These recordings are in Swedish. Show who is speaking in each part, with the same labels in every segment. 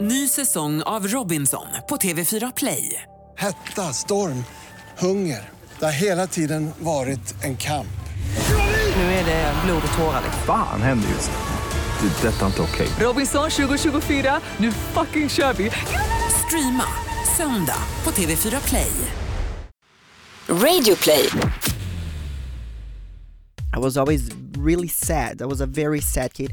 Speaker 1: Ny säsong av Robinson på TV4 Play.
Speaker 2: Hetta, storm, hunger. Det har hela tiden varit en kamp.
Speaker 1: Nu är det blod och tårar. liksom.
Speaker 3: Fan händer just nu. Det. är Detta är inte okej.
Speaker 1: Robinson 2024, nu fucking kör vi! Streama söndag på TV4 Play.
Speaker 4: Radio play.
Speaker 5: I was always really sad. I was a very sad kid,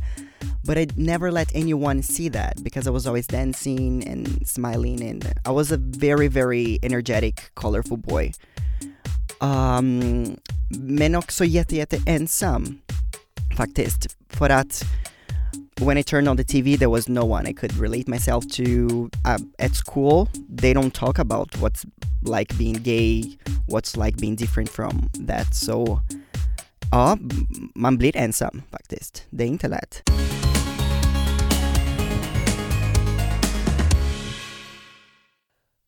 Speaker 5: but I never let anyone see that because I was always dancing and smiling, and I was a very, very energetic, colorful boy. Um, men också jätte, jätte ensam faktiskt, för att when I turned on the TV, there was no one I could relate myself to. Uh, at school, they don't talk about what's like being gay, what's like being different from that. So Ja, man blir ensam faktiskt. Det är inte lätt.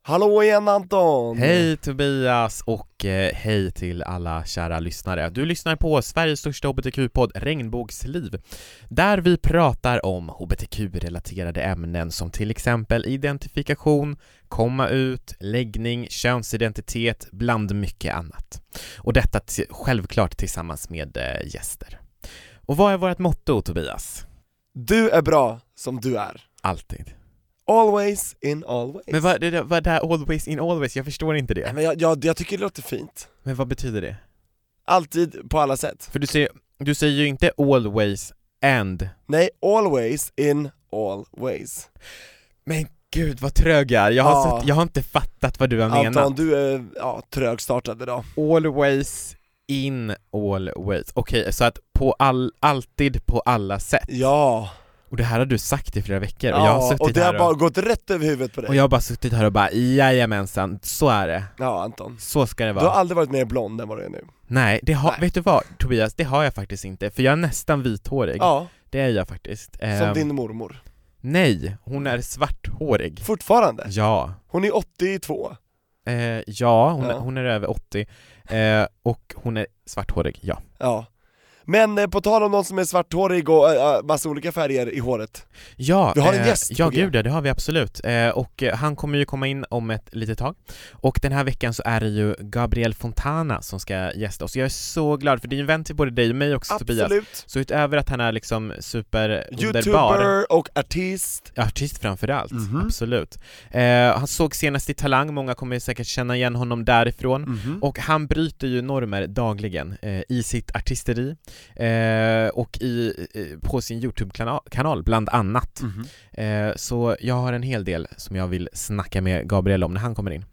Speaker 6: Hallå igen Anton!
Speaker 7: Hej Tobias och eh, hej till alla kära lyssnare. Du lyssnar på Sveriges största hbtq-podd Regnbågsliv, där vi pratar om hbtq-relaterade ämnen som till exempel identifikation, komma ut, läggning, könsidentitet, bland mycket annat. Och detta t- självklart tillsammans med eh, gäster. Och vad är vårt motto Tobias?
Speaker 6: Du är bra som du är.
Speaker 7: Alltid.
Speaker 6: Always in always.
Speaker 7: Men vad det- vad är det här always in always? Jag förstår inte
Speaker 6: Nej,
Speaker 7: det.
Speaker 6: men jag, jag, jag tycker det låter fint.
Speaker 7: Men vad betyder det?
Speaker 6: Alltid, på alla sätt.
Speaker 7: För du säger, du säger ju inte always and
Speaker 6: Nej, always in always.
Speaker 7: Men gud vad trög jag är, jag har,
Speaker 6: Ja.
Speaker 7: sett, jag har inte fattat vad du har
Speaker 6: Anton,
Speaker 7: menat
Speaker 6: du är ja, trögstartad idag.
Speaker 7: Always in always, okej så att på all, alltid på alla sätt
Speaker 6: Ja,
Speaker 7: Och det här har du sagt i flera veckor och jag har
Speaker 6: ja
Speaker 7: suttit
Speaker 6: och det
Speaker 7: här
Speaker 6: har bara
Speaker 7: och,
Speaker 6: gått rätt över huvudet på dig.
Speaker 7: och jag har bara suttit här och bara jajamensan, så är det,
Speaker 6: Ja Anton,
Speaker 7: så ska det
Speaker 6: du
Speaker 7: vara
Speaker 6: har aldrig varit mer blond än vad du är nu.
Speaker 7: Nej, det har,
Speaker 6: Nej.
Speaker 7: vet du vad Tobias, det har jag faktiskt inte, för jag är nästan vithårig,
Speaker 6: Ja,
Speaker 7: det är jag faktiskt
Speaker 6: som
Speaker 7: Ehm,
Speaker 6: din mormor.
Speaker 7: Nej, hon är svarthårig
Speaker 6: Fortfarande.
Speaker 7: Ja,
Speaker 6: Hon är 82.
Speaker 7: Eh, ja, hon,
Speaker 6: Ja.
Speaker 7: hon är över 80 eh, och hon är svarthårig, ja.
Speaker 6: Ja. Men eh, på tal om någon som är svarthårig och eh, massa olika färger i håret.
Speaker 7: ja
Speaker 6: Vi har en
Speaker 7: eh,
Speaker 6: gäst
Speaker 7: Ja,
Speaker 6: på G.
Speaker 7: gud ja, det har vi absolut. Eh, och eh, han kommer ju komma in om ett litet tag. Och den här veckan så är det ju Gabriel Fontana som ska gästa oss. Jag är så glad, för det är ju en vän till både dig och mig också Tobias.
Speaker 6: Absolut.
Speaker 7: Så utöver att han är liksom superunderbar,
Speaker 6: Youtuber Mhm. och artist.
Speaker 7: artist framförallt, absolut. Eh, han såg senast i Talang, många kommer ju säkert känna igen honom därifrån. Och han bryter ju normer dagligen eh, i sitt artisteri eh, och i, eh, på sin YouTube-kanal bland annat. Eh, så jag har en hel del som jag vill snacka med Gabriel om när han kommer in.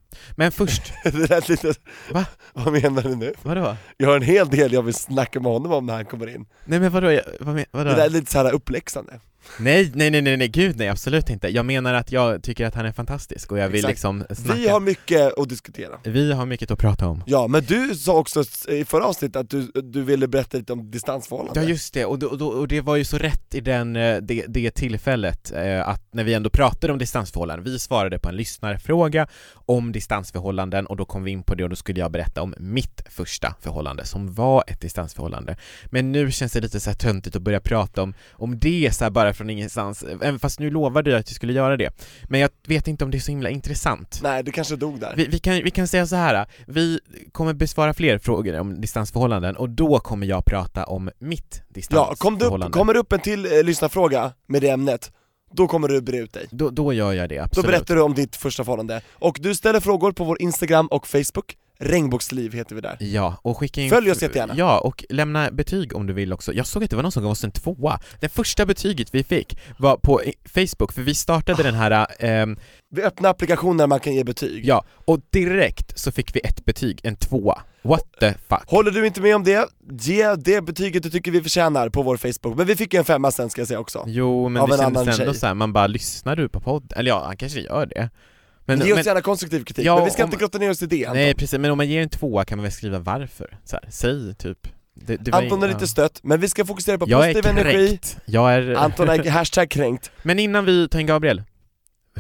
Speaker 7: Men först,
Speaker 6: Det lät lite...
Speaker 7: Va?
Speaker 6: Vad menar du nu?
Speaker 7: vadå?
Speaker 6: Jag har en hel del jag vill snacka med honom om när han kommer in.
Speaker 7: Nej men vadå, jag- vad men, vadå?
Speaker 6: Det där är lite såhär uppläxande.
Speaker 7: Nej, nej, nej, nej, nej, gud nej, absolut inte. Jag menar att jag tycker att han är fantastisk och jag vill
Speaker 6: Exakt.
Speaker 7: liksom snacka.
Speaker 6: Vi har mycket att diskutera.
Speaker 7: Vi har mycket att prata om.
Speaker 6: Ja, men du sa också i förra avsnittet att du, du ville berätta lite om distansförhållanden.
Speaker 7: Ja just det, och, då, och, då, och det var ju så rätt i den, eh, det, det tillfället eh, att när vi ändå pratade om distansförhållanden, vi svarade på en lyssnarfråga om distansförhållanden och då kom vi in på det och då skulle jag berätta om mitt första förhållande som var ett distansförhållande. Men nu känns det lite så här töntigt att börja prata om, om det så här bara från ingenstans, även fast nu lovade jag att jag skulle göra det. Men jag vet inte om det är så himla intressant.
Speaker 6: Nej, du kanske dog där.
Speaker 7: Vi, vi, kan, vi kan säga så här. vi kommer besvara fler frågor om distansförhållanden och då kommer jag prata om
Speaker 6: ja,
Speaker 7: mitt
Speaker 6: kom du
Speaker 7: distansförhållande.
Speaker 6: upp, kommer det upp en till eh, lyssnarfråga med det ämnet, då kommer du bre ut dig.
Speaker 7: då, då gör jag det,
Speaker 6: Då
Speaker 7: absolut.
Speaker 6: berättar du om ditt första förhållande. Och du ställer frågor på vår Instagram och Facebook, Regnbågsliv heter vi där.
Speaker 7: Ja, och skicka in...
Speaker 6: Följ oss jättegärna.
Speaker 7: Ja, och lämna betyg om du vill också. Jag såg att det var någon som gav oss en tvåa. Det första betyget vi fick var på i- Facebook, för vi startade den
Speaker 6: Ah.
Speaker 7: här, ehm,
Speaker 6: Vi öppnar applikationer där man kan ge betyg.
Speaker 7: ja, och direkt så fick vi ett betyg, en tvåa. What the fuck?
Speaker 6: Håller du inte med om det, ge det betyget du tycker vi förtjänar på vår Facebook, men vi fick ju en femma sen ska jag säga också
Speaker 7: Jo, men
Speaker 6: Av
Speaker 7: det
Speaker 6: en annan
Speaker 7: kändes ändå
Speaker 6: tjej.
Speaker 7: så här, man bara, lyssnar du på podd? Eller ja, han kanske gör det. Men,
Speaker 6: Ge oss
Speaker 7: men-
Speaker 6: gärna konstruktiv kritik,
Speaker 7: Ja,
Speaker 6: men vi ska
Speaker 7: om-
Speaker 6: inte grotta ner oss i det Anton
Speaker 7: Nej precis, men om man ger en tvåa kan man väl skriva varför? Så här, säg typ det, det var
Speaker 6: Anton är
Speaker 7: ing-
Speaker 6: lite
Speaker 7: ja.
Speaker 6: stött, men vi ska fokusera på
Speaker 7: Jag är
Speaker 6: positiv energi
Speaker 7: kränkt, jag är...
Speaker 6: Anton är hashtag kränkt,
Speaker 7: Men innan vi tar in Gabriel,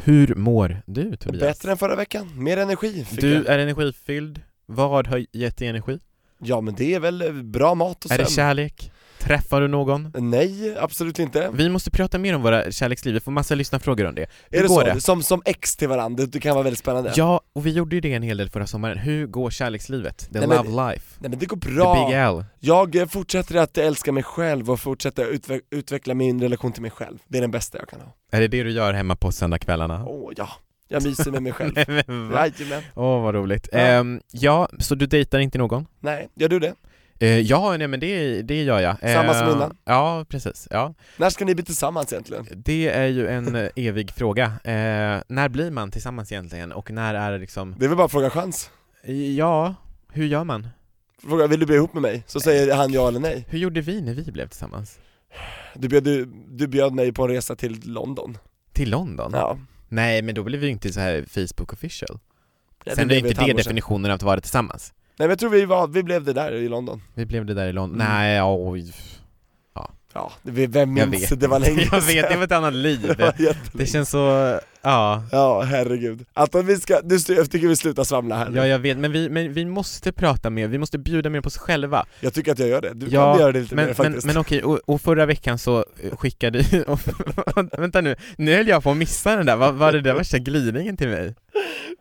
Speaker 7: hur mår du Tobias?
Speaker 6: bättre än förra veckan, mer energi fick
Speaker 7: Du
Speaker 6: jag.
Speaker 7: är energifylld, vad har gett dig energi?
Speaker 6: Ja men det är väl eh, bra mat och
Speaker 7: Är det
Speaker 6: sömn
Speaker 7: kärlek? Träffar du någon?
Speaker 6: Nej, absolut inte.
Speaker 7: Vi måste prata mer om våra kärleksliv, vi får massa lyssnarfrågor om det. Hur
Speaker 6: Är det
Speaker 7: går
Speaker 6: så?
Speaker 7: det?
Speaker 6: Som, som ex till varandra, det kan vara väldigt spännande.
Speaker 7: Ja, och vi gjorde ju det en hel del förra sommaren. Hur går kärlekslivet? The
Speaker 6: Nej, men-
Speaker 7: love life?
Speaker 6: Nej men det går
Speaker 7: The big
Speaker 6: bra.
Speaker 7: L?
Speaker 6: Jag eh, fortsätter att älska mig själv och fortsätter att utve- utveckla min relation till mig själv. Det är den bästa jag kan ha.
Speaker 7: Är det det du gör hemma på söndagskvällarna?
Speaker 6: Åh ja, jag myser med mig själv.
Speaker 7: Nej, men va?
Speaker 6: Jajamän.
Speaker 7: Åh, vad roligt.
Speaker 6: Ja.
Speaker 7: Ehm, ja, så du dejtar inte någon?
Speaker 6: Nej, gör du det?
Speaker 7: Eh, ja, nej men det, det gör jag.
Speaker 6: Samma som
Speaker 7: Eh,
Speaker 6: innan?
Speaker 7: Ja, precis. Ja.
Speaker 6: När ska ni bli tillsammans egentligen?
Speaker 7: Det är ju en eh, evig fråga. Eh, när blir man tillsammans egentligen? Och när är det liksom,
Speaker 6: Det är väl bara att fråga chans?
Speaker 7: ja, hur gör man?
Speaker 6: Fråga, vill du bli ihop med mig? Så säger han ja eller nej.
Speaker 7: Hur gjorde vi när vi blev tillsammans?
Speaker 6: Du bjöd, du, du bjöd mig på en resa till London.
Speaker 7: Till London?
Speaker 6: Ja.
Speaker 7: Nej, men då blev vi ju inte så här Facebook official.
Speaker 6: Ja,
Speaker 7: Sen är
Speaker 6: blev
Speaker 7: inte
Speaker 6: ett halvår
Speaker 7: det
Speaker 6: sedan.
Speaker 7: definitionen av att vara tillsammans.
Speaker 6: Nej men jag tror vi, var, vi blev det där i London.
Speaker 7: Vi blev det där i London.
Speaker 6: Mm.
Speaker 7: Nej, oj.
Speaker 6: Ja, det, vem
Speaker 7: Jag
Speaker 6: minns?
Speaker 7: vet
Speaker 6: Det var länge
Speaker 7: Jag vet, det
Speaker 6: sedan.
Speaker 7: var ett annat liv.
Speaker 6: Det var
Speaker 7: Det
Speaker 6: jättelänge.
Speaker 7: känns så, ja.
Speaker 6: Ja, herregud. Anton vi ska, nu, jag tycker vi slutar svamla här nu.
Speaker 7: Ja, jag vet, men vi, men vi måste prata mer, vi måste bjuda mer på oss själva.
Speaker 6: Jag tycker att jag gör det, du
Speaker 7: Ja,
Speaker 6: kan göra det lite
Speaker 7: men,
Speaker 6: mer
Speaker 7: men,
Speaker 6: faktiskt
Speaker 7: men okej, och, och förra veckan så eh, skickade och, Vänta nu, nu höll jag på att missa den där, vad var det där värsta glidningen till mig?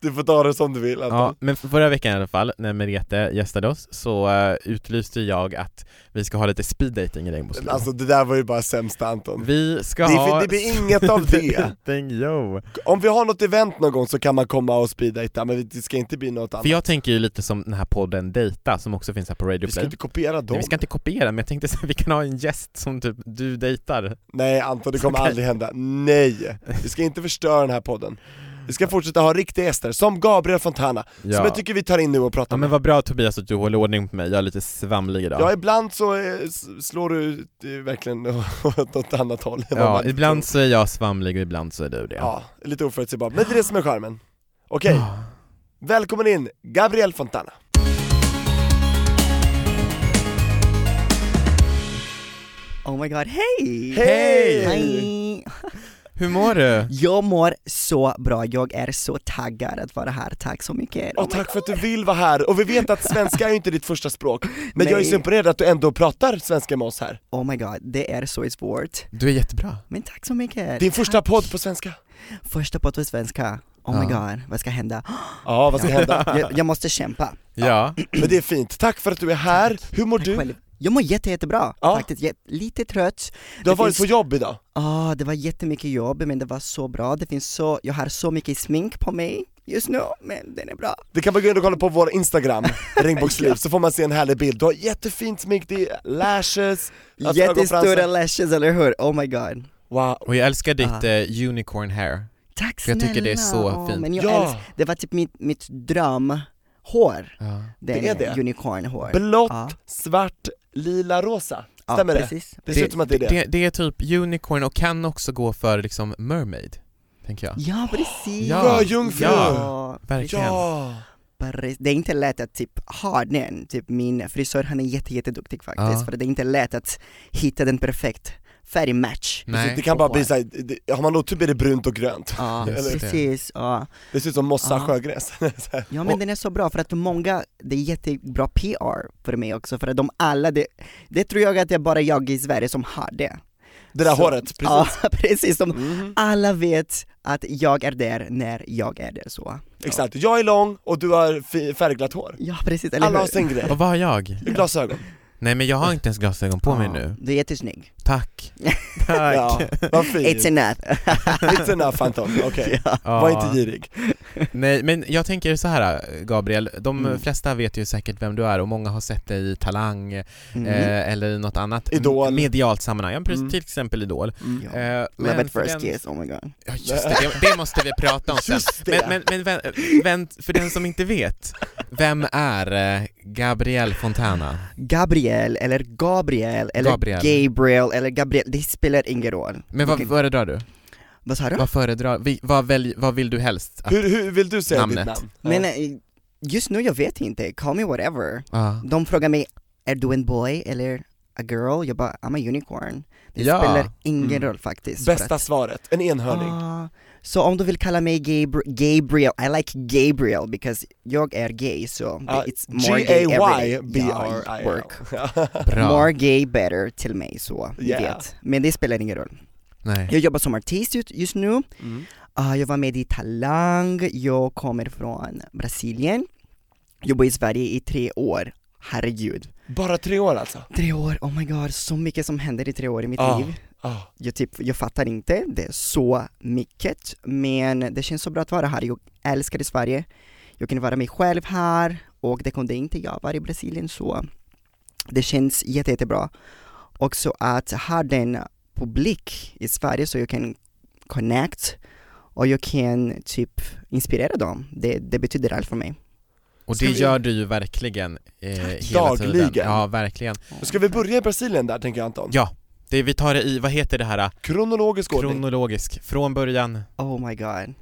Speaker 6: Du får ta det som du vill Anton.
Speaker 7: Ja, men förra veckan i alla fall, när Merete gästade oss, så eh, utlyste jag att vi ska ha lite speed dating i Regnbågsflod
Speaker 6: Alltså det där var ju bara sämsta Anton
Speaker 7: Vi ska
Speaker 6: Det-
Speaker 7: ha
Speaker 6: det blir inget av det.
Speaker 7: speed dating, yo!
Speaker 6: Om vi har något event någon gång så kan man komma och speeddejta men det ska inte bli något annat
Speaker 7: För jag tänker ju lite som den här podden Dejta, som också finns här på Radio
Speaker 6: Vi ska
Speaker 7: Play
Speaker 6: inte kopiera dem
Speaker 7: Nej, vi ska inte kopiera, men jag tänkte så här, vi kan ha en gäst som typ du dejtar
Speaker 6: Nej Anton det kommer
Speaker 7: Okej.
Speaker 6: aldrig hända, nej! Vi ska inte förstöra den här podden Vi ska fortsätta ha riktiga gäster, som Gabriel Fontana,
Speaker 7: Ja.
Speaker 6: som jag tycker vi tar in nu och pratar
Speaker 7: Ja men
Speaker 6: med
Speaker 7: vad bra Tobias att du håller ordning på mig, jag är lite svamlig idag
Speaker 6: Ja ibland så eh, s- slår du ut, eh, verkligen åt något annat håll än vad
Speaker 7: Ja,
Speaker 6: man tror.
Speaker 7: ibland så är jag svamlig och ibland så är du det.
Speaker 6: Ja, lite oförutsägbar, men det är det som är charmen. Okej, välkommen in Gabriel Fontana.
Speaker 5: Oh my god, hej!
Speaker 6: Hej!
Speaker 5: Hej!
Speaker 7: Hur mår du?
Speaker 5: Jag mår så bra, jag är så taggad att vara här, tack så mycket!
Speaker 6: Och tack för att du vill vara här, och vi vet att svenska är ju inte ditt första språk, men jag är
Speaker 5: Nej.
Speaker 6: så imponerad att du ändå pratar svenska med oss här.
Speaker 5: Oh my god, det är så svårt,
Speaker 7: Du är jättebra.
Speaker 5: men tack så mycket!
Speaker 6: Din första
Speaker 5: Tack.
Speaker 6: podd på svenska.
Speaker 5: Första podd på svenska, oh my god, vad ska hända?
Speaker 6: Ja, vad ska hända?
Speaker 5: Jag, jag måste kämpa,
Speaker 7: Ja.
Speaker 6: Men det är fint, tack för att du är här. Hur mår
Speaker 5: tack
Speaker 6: du?
Speaker 5: själv! Jag mår jätte, jättebra
Speaker 6: Mm. Ja.
Speaker 5: faktiskt, Jät- lite trött
Speaker 6: Du har
Speaker 5: Det
Speaker 6: varit på
Speaker 5: finns-
Speaker 6: jobb idag.
Speaker 5: Ah, det var jättemycket jobb men det var så bra, det finns så, jag har så mycket smink på mig just nu, men den är bra
Speaker 6: Det kan man gå in och kolla på vår Instagram, Ringboxliv, så får man se en härlig bild. Du har jättefint smink, det är lashes, alltså
Speaker 5: Jättestora
Speaker 6: ögonfransar.
Speaker 5: lashes, eller hur? Oh my god
Speaker 6: Wow.
Speaker 7: Och jag älskar ditt
Speaker 5: Ah.
Speaker 7: eh, unicorn hair.
Speaker 5: Tack
Speaker 7: För jag
Speaker 5: snälla!
Speaker 7: tycker det är så fint.
Speaker 5: Men jag
Speaker 6: Ja.
Speaker 5: älskar, det var typ mitt, mitt drömhår,
Speaker 7: Ja.
Speaker 5: den
Speaker 6: Det är det.
Speaker 5: unicornhår
Speaker 6: Blått,
Speaker 5: Ja.
Speaker 6: svart, lila, rosa. Stämmer
Speaker 5: ja,
Speaker 6: det?
Speaker 5: Precis.
Speaker 6: Det ser ut som att det är det.
Speaker 7: det. är typ unicorn och kan också gå för liksom mermaid, tänker jag.
Speaker 5: Ja precis!
Speaker 7: Ja.
Speaker 6: Sjöjungfru.
Speaker 5: Ja,
Speaker 7: Verkligen.
Speaker 6: Ja!
Speaker 5: precis. Det är inte lätt att typ ha den, typ min frisör han är jätte, jätteduktig faktiskt,
Speaker 7: Ja.
Speaker 5: för det är inte lätt att hitta den perfekt färgmatch
Speaker 6: Precis, det
Speaker 7: Nej.
Speaker 6: kan bara bli såhär, det- har man otur blir det brunt och grönt.
Speaker 5: Ja,
Speaker 7: Just det.
Speaker 5: precis, ja.
Speaker 6: Det ser ut som mossa
Speaker 5: Ja.
Speaker 6: sjögräs. Så här.
Speaker 5: ja men
Speaker 6: Och-
Speaker 5: den är så bra för att för många, det är jättebra PR för mig också för att de alla, det, det tror jag att det är bara jag i Sverige som har det
Speaker 6: det där
Speaker 5: Så-
Speaker 6: håret, precis.
Speaker 5: Ja Mm. precis, de,
Speaker 6: Mhm.
Speaker 5: alla vet att jag är där när jag är där så
Speaker 6: Exakt, jag är lång och du har fi- färgglatt hår.
Speaker 5: Ja precis, eller
Speaker 6: Alla har
Speaker 5: hur?
Speaker 6: sin grej.
Speaker 7: Och vad har jag?
Speaker 6: Glasögon.
Speaker 7: Nej men jag har inte ens glasögon på
Speaker 6: Ah.
Speaker 7: mig
Speaker 5: Ja,
Speaker 7: nu.
Speaker 5: Du är jättesnygg,
Speaker 7: Tack. Tack.
Speaker 6: Ja, vad fint.
Speaker 5: it's
Speaker 7: Eh,
Speaker 5: enough
Speaker 6: It's enough Anton, okej.
Speaker 7: Ja.
Speaker 6: Var Ah, inte girig.
Speaker 7: Nej men jag tänker så här Gabriel, de
Speaker 6: Mm.
Speaker 7: flesta vet ju säkert vem du är och många har sett dig i Talang
Speaker 5: mm.
Speaker 7: eh, eller i något annat
Speaker 6: Idol.
Speaker 7: medialt sammanhang, ja, precis,
Speaker 6: Mm.
Speaker 7: till exempel Idol.
Speaker 5: ja.
Speaker 7: Eh,
Speaker 5: Love
Speaker 7: men
Speaker 5: at
Speaker 7: för
Speaker 5: first
Speaker 7: den-
Speaker 5: kiss, oh my god
Speaker 7: Ja just det, det, det måste vi prata om sen.
Speaker 6: Just det.
Speaker 7: Men, men, men vä- vänt, för den som inte vet, vem är eh, Gabriel Fontana?
Speaker 5: Gabriel, eller Gabriel, eller
Speaker 7: Gabriel.
Speaker 5: Gabriel, eller Gabriel, det spelar ingen roll
Speaker 7: Men vad
Speaker 5: Vilken-
Speaker 7: föredrar du?
Speaker 5: Vad sa du?
Speaker 7: Vad föredrar, vi, vad, välj, vad vill du helst? Att,
Speaker 6: Hur, hur vill du säga ditt
Speaker 7: Namnet.
Speaker 6: namn?
Speaker 5: Men eh, just nu jag vet inte, call me whatever.
Speaker 7: ja.
Speaker 5: De frågar mig, är du en boy eller a girl? Jag bara, I'm a unicorn. Det
Speaker 7: Ja.
Speaker 5: spelar ingen
Speaker 6: Mm.
Speaker 5: roll faktiskt. för
Speaker 6: Bästa svaret, en enhörning.
Speaker 5: Ah, Så om du vill kalla mig Gabri- Gabriel, I like Gabriel because jag är gay så
Speaker 6: Ja,
Speaker 5: it's more gay every day. Ja,
Speaker 6: G-A-Y-B-R-I-L.
Speaker 5: work.
Speaker 7: Ah, Bra.
Speaker 5: More gay better till mig så, ni
Speaker 6: Yeah.
Speaker 5: vet. Men det spelar ingen roll.
Speaker 7: Nej.
Speaker 5: Jag jobbar som artist just- just nu,
Speaker 6: Mm.
Speaker 5: Ah, jag var med i Talang, jag kommer från Brasilien, jobbar i Sverige i tre år. Herregud.
Speaker 6: Bara tre år alltså?
Speaker 5: Tre år, oh my god, så mycket som händer i tre år i mitt
Speaker 6: Ja.
Speaker 5: liv.
Speaker 6: Ah.
Speaker 5: Jag, typ, jag fattar inte, det är så mycket, men det känns så bra att vara här. Jag älskar Sverige, jag kan vara mig själv här och det kunde inte jag vara i Brasilien så det känns jätte, jättebra. Också att ha den publik i Sverige så jag kan connect och jag kan typ inspirera dem. Det, det betyder allt för mig.
Speaker 7: Och
Speaker 6: Ska
Speaker 7: det
Speaker 6: vi-
Speaker 7: gör du ju verkligen eh, hela
Speaker 6: Dagligen.
Speaker 7: tiden. Ja, verkligen.
Speaker 6: Då ska vi börja i Brasilien där tänker jag Anton?
Speaker 7: Ja. Det, vi tar det i, vad heter det här? eh,
Speaker 6: Kronologisk ordning.
Speaker 7: Kronologisk, från början.
Speaker 5: Oh my god.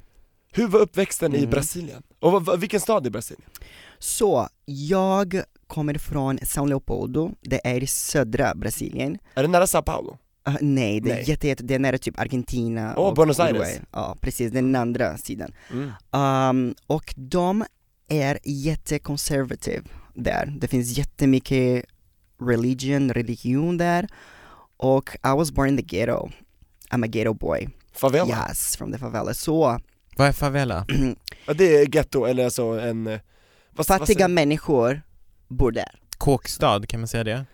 Speaker 6: Hur var uppväxten i
Speaker 5: Mm.
Speaker 6: Brasilien? Och vad- vad- vilken stad i Brasilien?
Speaker 5: Så, jag kommer från São Leopoldo, det är i södra Brasilien.
Speaker 6: Är det nära Sao Paulo?
Speaker 5: Ah, nej, det
Speaker 6: Nej.
Speaker 5: är jätte, jätte, det är nära typ Argentina
Speaker 6: Åh, Buenos Aires.
Speaker 5: Ja, precis, den andra sidan. Ehm, och de är jättekonservativa där. Det finns jättemycket religion, religion där. Och I was born in the ghetto. I'm a ghetto boy.
Speaker 6: Favela? Ja.
Speaker 5: Yes, from the favela. Så
Speaker 7: Vad är favela?
Speaker 6: det är ghetto, eller alltså en... eh, Vad, vad
Speaker 5: fattiga
Speaker 6: säger-
Speaker 5: människor bor där.
Speaker 7: Kåkstad, kan man säga det?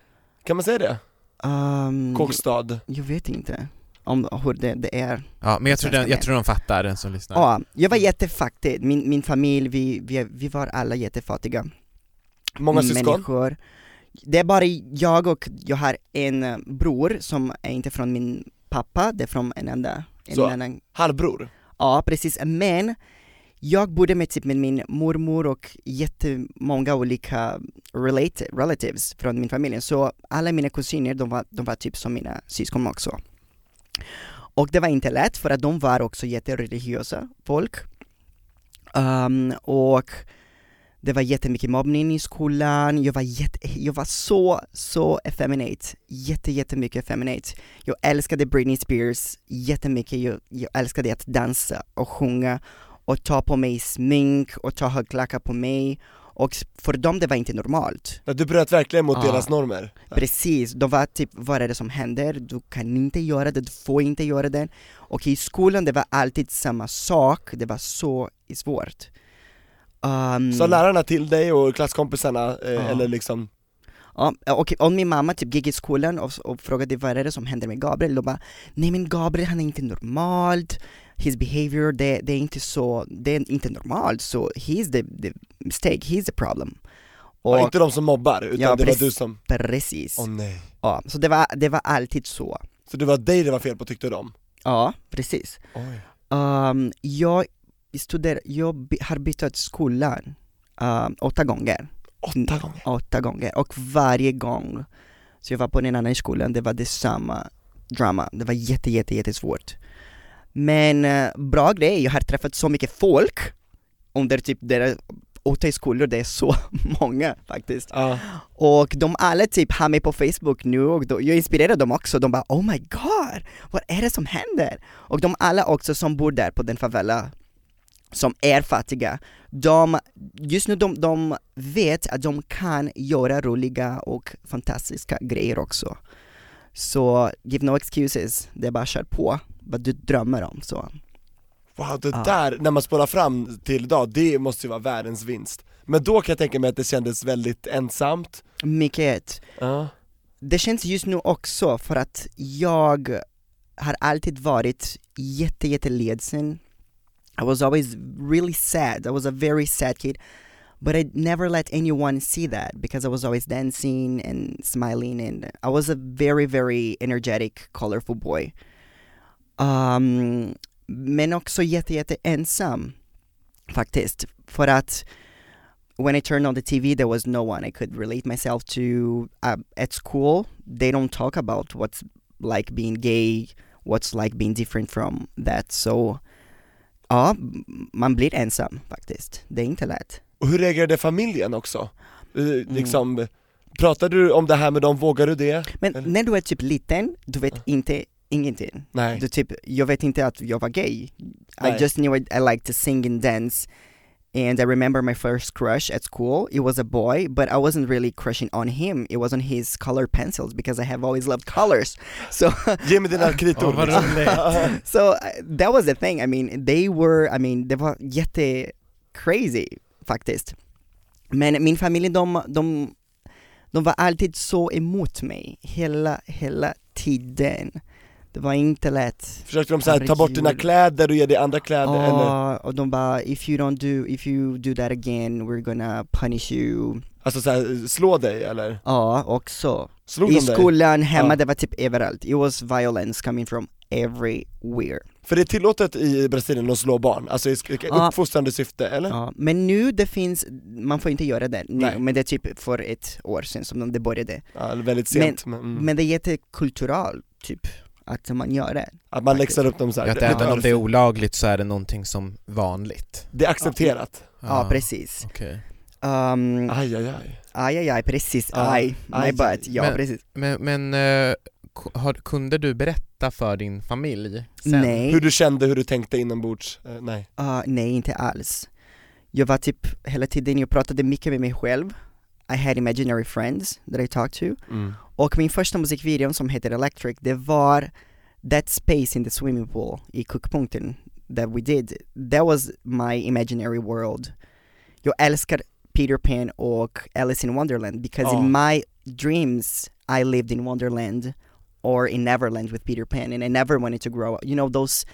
Speaker 6: kan man säga det?
Speaker 5: Ehm,
Speaker 6: Kåkstad?
Speaker 5: jag vet inte om hur det, det är.
Speaker 7: Ja, men jag tror, den,
Speaker 5: Svenska
Speaker 7: jag tror de fattar, den som lyssnar.
Speaker 5: Ja, jag var jättefattig. Min, min familj, vi, vi, vi var alla jättefattiga.
Speaker 6: Många syskon?
Speaker 5: människor. Det är bara jag och jag har en eh, bror som är inte från min pappa, det är från en enda, en
Speaker 6: Så-
Speaker 5: annan,
Speaker 6: Halvbror?
Speaker 5: ja precis, men jag bodde med typ med min mormor och jättemånga olika relate, relatives från min familj, så alla mina kusiner, de var, de var typ som mina syskon också. Och det var inte lätt för att de var också jättereligiösa folk. Ehm, och det var jättemycket mobbning i skolan, jag var, jätte, jag var så, så effeminate. Jätte, jättemycket effeminate. Jag älskade Britney Spears jättemycket, jag, jag älskade att dansa och sjunga och ta på mig smink och ta högklackat på mig. Och s- för dem det var inte normalt.
Speaker 6: Ja, Du bröt verkligen mot
Speaker 5: Ja.
Speaker 6: deras normer?
Speaker 5: Precis, de var typ, vad är det som händer? Du kan inte göra det, du får inte göra det. Och i skolan det var alltid samma sak, det var så svårt. Um,
Speaker 6: Sa lärarna till dig och klasskompisarna, eh,
Speaker 5: Ja.
Speaker 6: eller liksom,
Speaker 5: Ja, och om min mamma typ gick i skolan och, och frågade vad är det som händer med Gabriel, då bara Nej men Gabriel han är inte normalt, his behavior det, det är inte så, det är inte normalt så he's the, the mistake, he's the problem
Speaker 6: och,
Speaker 5: Och
Speaker 6: inte de som mobbar, utan
Speaker 5: Ja,
Speaker 6: det var
Speaker 5: precis.
Speaker 6: du som,
Speaker 5: precis,
Speaker 6: åh nej
Speaker 5: ja, så det var, det var alltid så
Speaker 6: Så det var dig det var fel på tyckte de?
Speaker 5: Ja, precis
Speaker 6: Oj.
Speaker 5: Ehm, jag studer, jag by- har bytt skolan ehm, åtta gånger,
Speaker 6: Åtta gånger?
Speaker 5: åtta gånger och varje gång så jag var på en annan skola, det var detsamma drama, det var jätte, jätte, jättesvårt. Men eh, bra grej, jag har träffat så mycket folk under typ deras åtta skolor, det är så många faktiskt.
Speaker 6: Ja,
Speaker 5: Och de alla typ har mig på Facebook nu och då, jag inspirerar dem också, de bara oh my god, vad är det som händer? Och de alla också som bor där på den favela, som är fattiga, de, just nu de, de vet att de kan göra roliga och fantastiska grejer också. Så give no excuses, det är bara kör på vad du drömmer om så.
Speaker 6: wow det
Speaker 5: Ja.
Speaker 6: där, när man spolar fram till idag, det måste ju vara världens vinst Men då kan jag tänka mig att det kändes väldigt ensamt
Speaker 5: Mycket
Speaker 6: Ja,
Speaker 5: det känns just nu också för att jag har alltid varit jätte, jätteledsen. I was always really sad, I was a very sad kid. But I never let anyone see that because I was always dancing and smiling and I was a very, very energetic, colorful boy. Um, men också jätte, jätte ensam faktiskt. För att when I turned on the TV, there was no one I could relate myself to. Uh, at school, they don't talk about what's like being gay, what's like being different from that. So, ja, man blir ensam faktiskt. Det er är inte lätt.
Speaker 6: och hur reagerade familjen också? Eh,
Speaker 5: Mm.
Speaker 6: Liksom, pratade du om det här med dem, vågar du det?
Speaker 5: Men
Speaker 6: Eller-
Speaker 5: när du är typ liten, du vet inte ingenting.
Speaker 6: Nej.
Speaker 5: Du typ, jag vet inte att jag var gay.
Speaker 6: Nej.
Speaker 5: I just knew I, I liked to sing and dance. And I remember my first crush at school. It was a boy, but I wasn't really crushing on him. It was on his color pencils because I have always loved colors. So
Speaker 6: Ge mig dina kritor.
Speaker 7: Åh, vad
Speaker 6: liksom.
Speaker 7: roligt.
Speaker 5: so uh, that was the thing. I mean, they were, I mean, det var jätte crazy faktiskt. Men min familj, de, de, de var alltid så emot mig hela, hela tiden. Det var inte lätt.
Speaker 6: Försökte de så här, ta bort dina kläder och ge dig andra kläder eller?
Speaker 5: Ja, och de bara, if you don't do, if you do that again, we're gonna punish you.
Speaker 6: Alltså så här, slå dig eller?
Speaker 5: Ja, också.
Speaker 6: Slog
Speaker 5: I
Speaker 6: de dig?
Speaker 5: skolan, hemma,
Speaker 6: Ja.
Speaker 5: det var typ överallt. It was violence coming from everywhere.
Speaker 6: För det är tillåtet i Brasilien att slå barn, alltså i sk-
Speaker 5: Ja.
Speaker 6: uppfostrande syfte, eller?
Speaker 5: Ja, men nu det finns, man får inte göra det nu,
Speaker 6: Nej.
Speaker 5: men det är typ för ett år sedan som det började.
Speaker 6: Ja, eller väldigt sent, men, mm.
Speaker 5: Men det är jättekulturalt, typ, att man gör det.
Speaker 6: att man läxar upp dem så här.
Speaker 7: Att
Speaker 6: Det-
Speaker 7: även om det är olagligt så är det någonting som vanligt.
Speaker 6: det är accepterat.
Speaker 7: Ah.
Speaker 5: Ja, precis.
Speaker 7: okej.
Speaker 5: Um,
Speaker 6: Aj, aj, aj.
Speaker 5: aj, aj, aj, precis,
Speaker 6: Ja.
Speaker 5: aj,
Speaker 6: Ah. Aj.
Speaker 5: my butt, ja
Speaker 7: Men-
Speaker 5: precis.
Speaker 7: Men, men eh, ku- har, kunde du berätta för din familj sen?
Speaker 5: Nej,
Speaker 6: Hur du kände, hur du tänkte inombords, Eh, nej.
Speaker 5: ah, nej inte alls. Jag var typ, hela tiden, jag pratade mycket med mig själv. I had imaginary friends that I talked to. Och min första musikvideo som heter Electric, det var That space in the swimming pool i kokpunkten that we did. That was my imaginary world. Jag älskar Peter Pan och Alice in Wonderland because in my dreams I lived in Wonderland or in Neverland with Peter Pan and I never wanted to grow up. You know those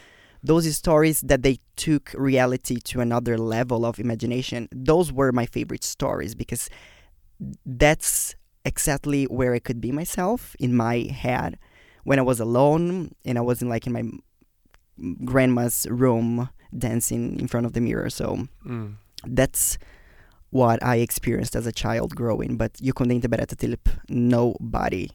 Speaker 5: those stories that they took reality to another level of imagination. Those were my favorite stories because that's exactly where I could be myself in my head when I was alone and I wasn't like in my grandma's room dancing in front of the mirror. So
Speaker 6: Mm.
Speaker 5: that's what I experienced as a child growing, but you kunde inte berätta till typ nobody.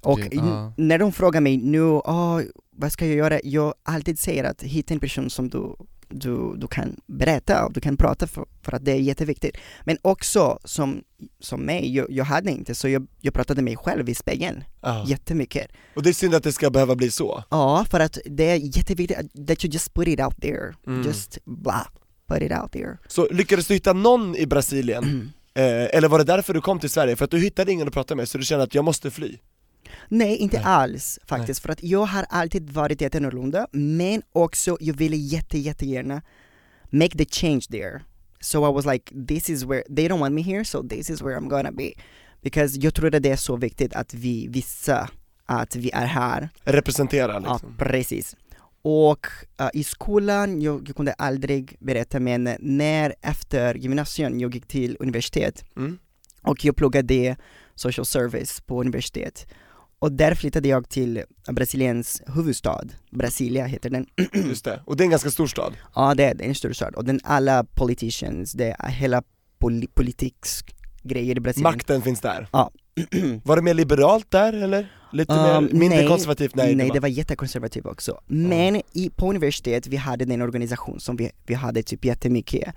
Speaker 5: Och
Speaker 7: Det-
Speaker 5: i-
Speaker 7: ja.
Speaker 5: när de frågar mig nu, "Ah, vad ska jag göra? Jag alltid säger att hitta en person som du, du, du kan berätta och du kan prata för, för att det är jätteviktigt. Men också som, som mig, jag, jag hade inte så jag, jag pratade med mig själv i spegeln
Speaker 6: Ja.
Speaker 5: jättemycket.
Speaker 6: Och det är synd att det ska behöva bli så.
Speaker 5: Ja, för att det är jätteviktigt att- that you just put it out there.
Speaker 6: Mm.
Speaker 5: Just blah, put it out there.
Speaker 6: Så lyckades du hitta någon i Brasilien? Eh, eller var det därför du kom till Sverige? För att du hittade ingen att prata med, så du kände att jag måste fly?
Speaker 5: Nej, inte
Speaker 6: Nej.
Speaker 5: alls faktiskt. För att jag har alltid varit jätteannorlunda, men också jag ville jätte, jättegärna make the change there. So I was like, this is where, they don't want me here, so this is where I'm gonna be. Because jag tror att det är så viktigt att vi visar att vi är här.
Speaker 6: Representera
Speaker 5: Ja,
Speaker 6: liksom.
Speaker 5: precis. Och eh, i skolan, jag, jag kunde aldrig berätta, men när efter gymnasiet jag gick till universitet,
Speaker 6: Mm.
Speaker 5: och jag pluggade social service på universitet. Och där flyttade jag till Brasiliens huvudstad, Brasilia heter den.
Speaker 6: Just det. Och det är en ganska stor stad.
Speaker 5: Ja det är en stor stad och den alla politicians, det är hela poli- politiksgrejer i Brasilien.
Speaker 6: Makten finns där.
Speaker 5: Ja.
Speaker 6: Var det mer liberalt där eller? Lite mer,
Speaker 5: Um,
Speaker 6: mindre
Speaker 5: nej,
Speaker 6: konservativt? Typ, Nej, det var...
Speaker 5: jättekonservativt också. Men i, på universitet, vi hade en organisation som vi, vi hade typ jättemycket.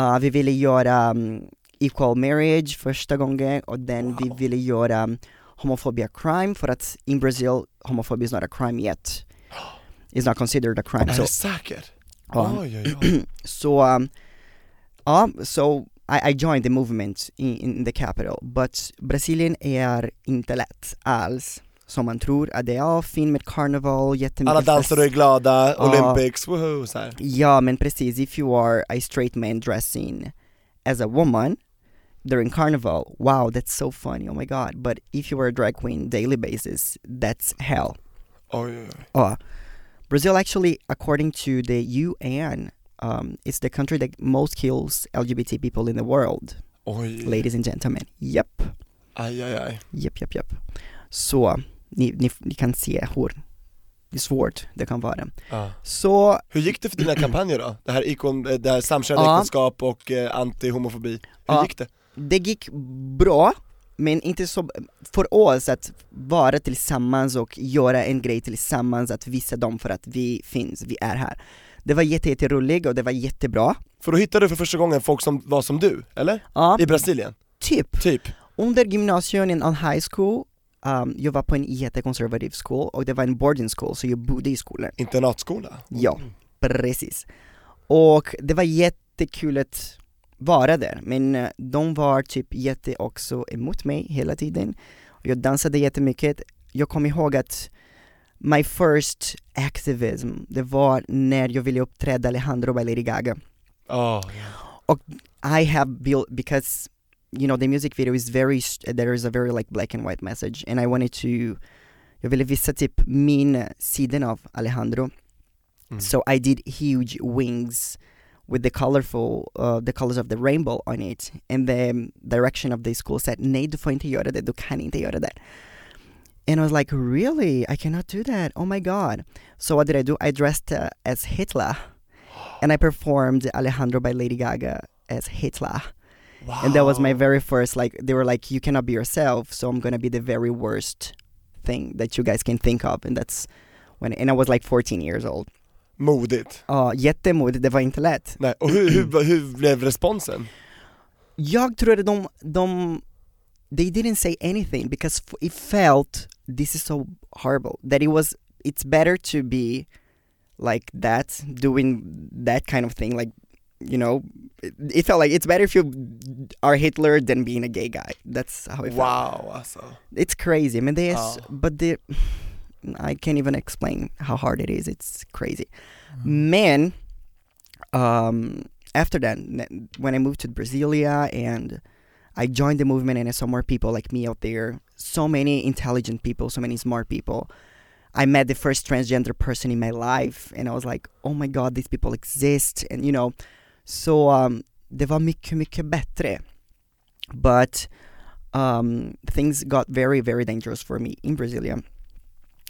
Speaker 5: Uh, vi ville göra um, equal marriage första gången och den vi ville göra um, homophobia crime för att in Brazil, homophobia is not a crime yet. It's not considered a crime.
Speaker 6: Är
Speaker 5: So,
Speaker 6: du säker?
Speaker 5: Ja.
Speaker 6: Oj, oj, oj.
Speaker 5: so um, ja, so I, I joined the movement in, in the capital, but Brasilien är inte lätt alls som man tror att det är, fin med karneval, jättemycket
Speaker 6: Alla dansar och är
Speaker 5: fest.
Speaker 6: glada,
Speaker 5: Ja.
Speaker 6: Olympics, woho, så här.
Speaker 5: Ja men precis, if you are a straight man dressing as a woman during carnival, wow that's so funny, oh my god, but if you are a drag queen daily basis, that's hell.
Speaker 6: Oj, oj, oj.
Speaker 5: Uh, Brazil actually, according to the UN, um, is the country that most kills LGBT people in the world,
Speaker 6: oj.
Speaker 5: ladies and gentlemen. Yep,
Speaker 6: Aj, aj, aj.
Speaker 5: yep, yep, yep. Så ni, ni, ni kan se hur svårt det kan vara.
Speaker 6: Ja.
Speaker 5: Så
Speaker 6: Hur gick det för dina kampanjer då? Det här, ikon, eh, det här samkönade
Speaker 5: Ja.
Speaker 6: äktenskap och eh, anti-homofobi, hur
Speaker 5: Ja.
Speaker 6: gick det?
Speaker 5: det gick bra, men inte så, för oss att vara tillsammans och göra en grej tillsammans, att visa dem för att vi finns, vi är här. Det var jätte, jätteroligt och det var jättebra.
Speaker 6: För då hittade du för första gången folk som var som du, eller?
Speaker 5: Ja,
Speaker 6: I Brasilien,
Speaker 5: typ.
Speaker 6: typ?
Speaker 5: Under gymnasiet och high school um, jag var på en jättekonservativ skola och det var en boarding school, så jag bodde i skolan.
Speaker 6: Internatskola?
Speaker 5: Ja, precis. Och det var jättekul att vara där, men eh, de var typ jätte också emot mig hela tiden. Och Jag dansade jättemycket. Jag kommer ihåg att my first activism, det var när jag ville uppträda Alejandro by Lady Gaga.
Speaker 6: Ah, Ja.
Speaker 5: I have built because you know the music video is very st- there is a very like black and white message and I wanted to jag ville visa typ min sidan av Alejandro.
Speaker 6: Mm.
Speaker 5: So I did huge wings with the colorful uh, the colors of the rainbow on it and the direction of the school said nej du får inte göra det, du kan inte göra det. And I was like really I cannot do that. Oh my god. So what did I do? I dressed uh, as Hitler and I performed Alejandro by Lady Gaga as Hitler. And that was my very first like they were like you cannot be yourself, so I'm going to be the very worst thing that you guys can think of and that's when and I was like 14 years old. Oh,
Speaker 6: Modigt.
Speaker 5: Ja, jättemodigt, det var inte lätt.
Speaker 6: Nej, och hur, hur, hur blev responsen?
Speaker 5: Jag tror att de, de they didn't say anything because f- it felt this is so horrible that it was it's better to be like that doing that kind of thing like you know it, it felt like it's better if you are Hitler than being a gay guy that's how it felt
Speaker 6: Wow alltså.
Speaker 5: it's crazy I mean they
Speaker 6: Ja.
Speaker 5: but the I can't even explain how hard it is it's crazy men um after that n- when I moved to Brasilia and I joined the movement and I saw more people like me out there so many intelligent people so many smart people I met the first transgender person in my life and I was like oh my god these people exist and you know so um det var mycket mycket bättre but um, things got very, very dangerous for me in Brasilia.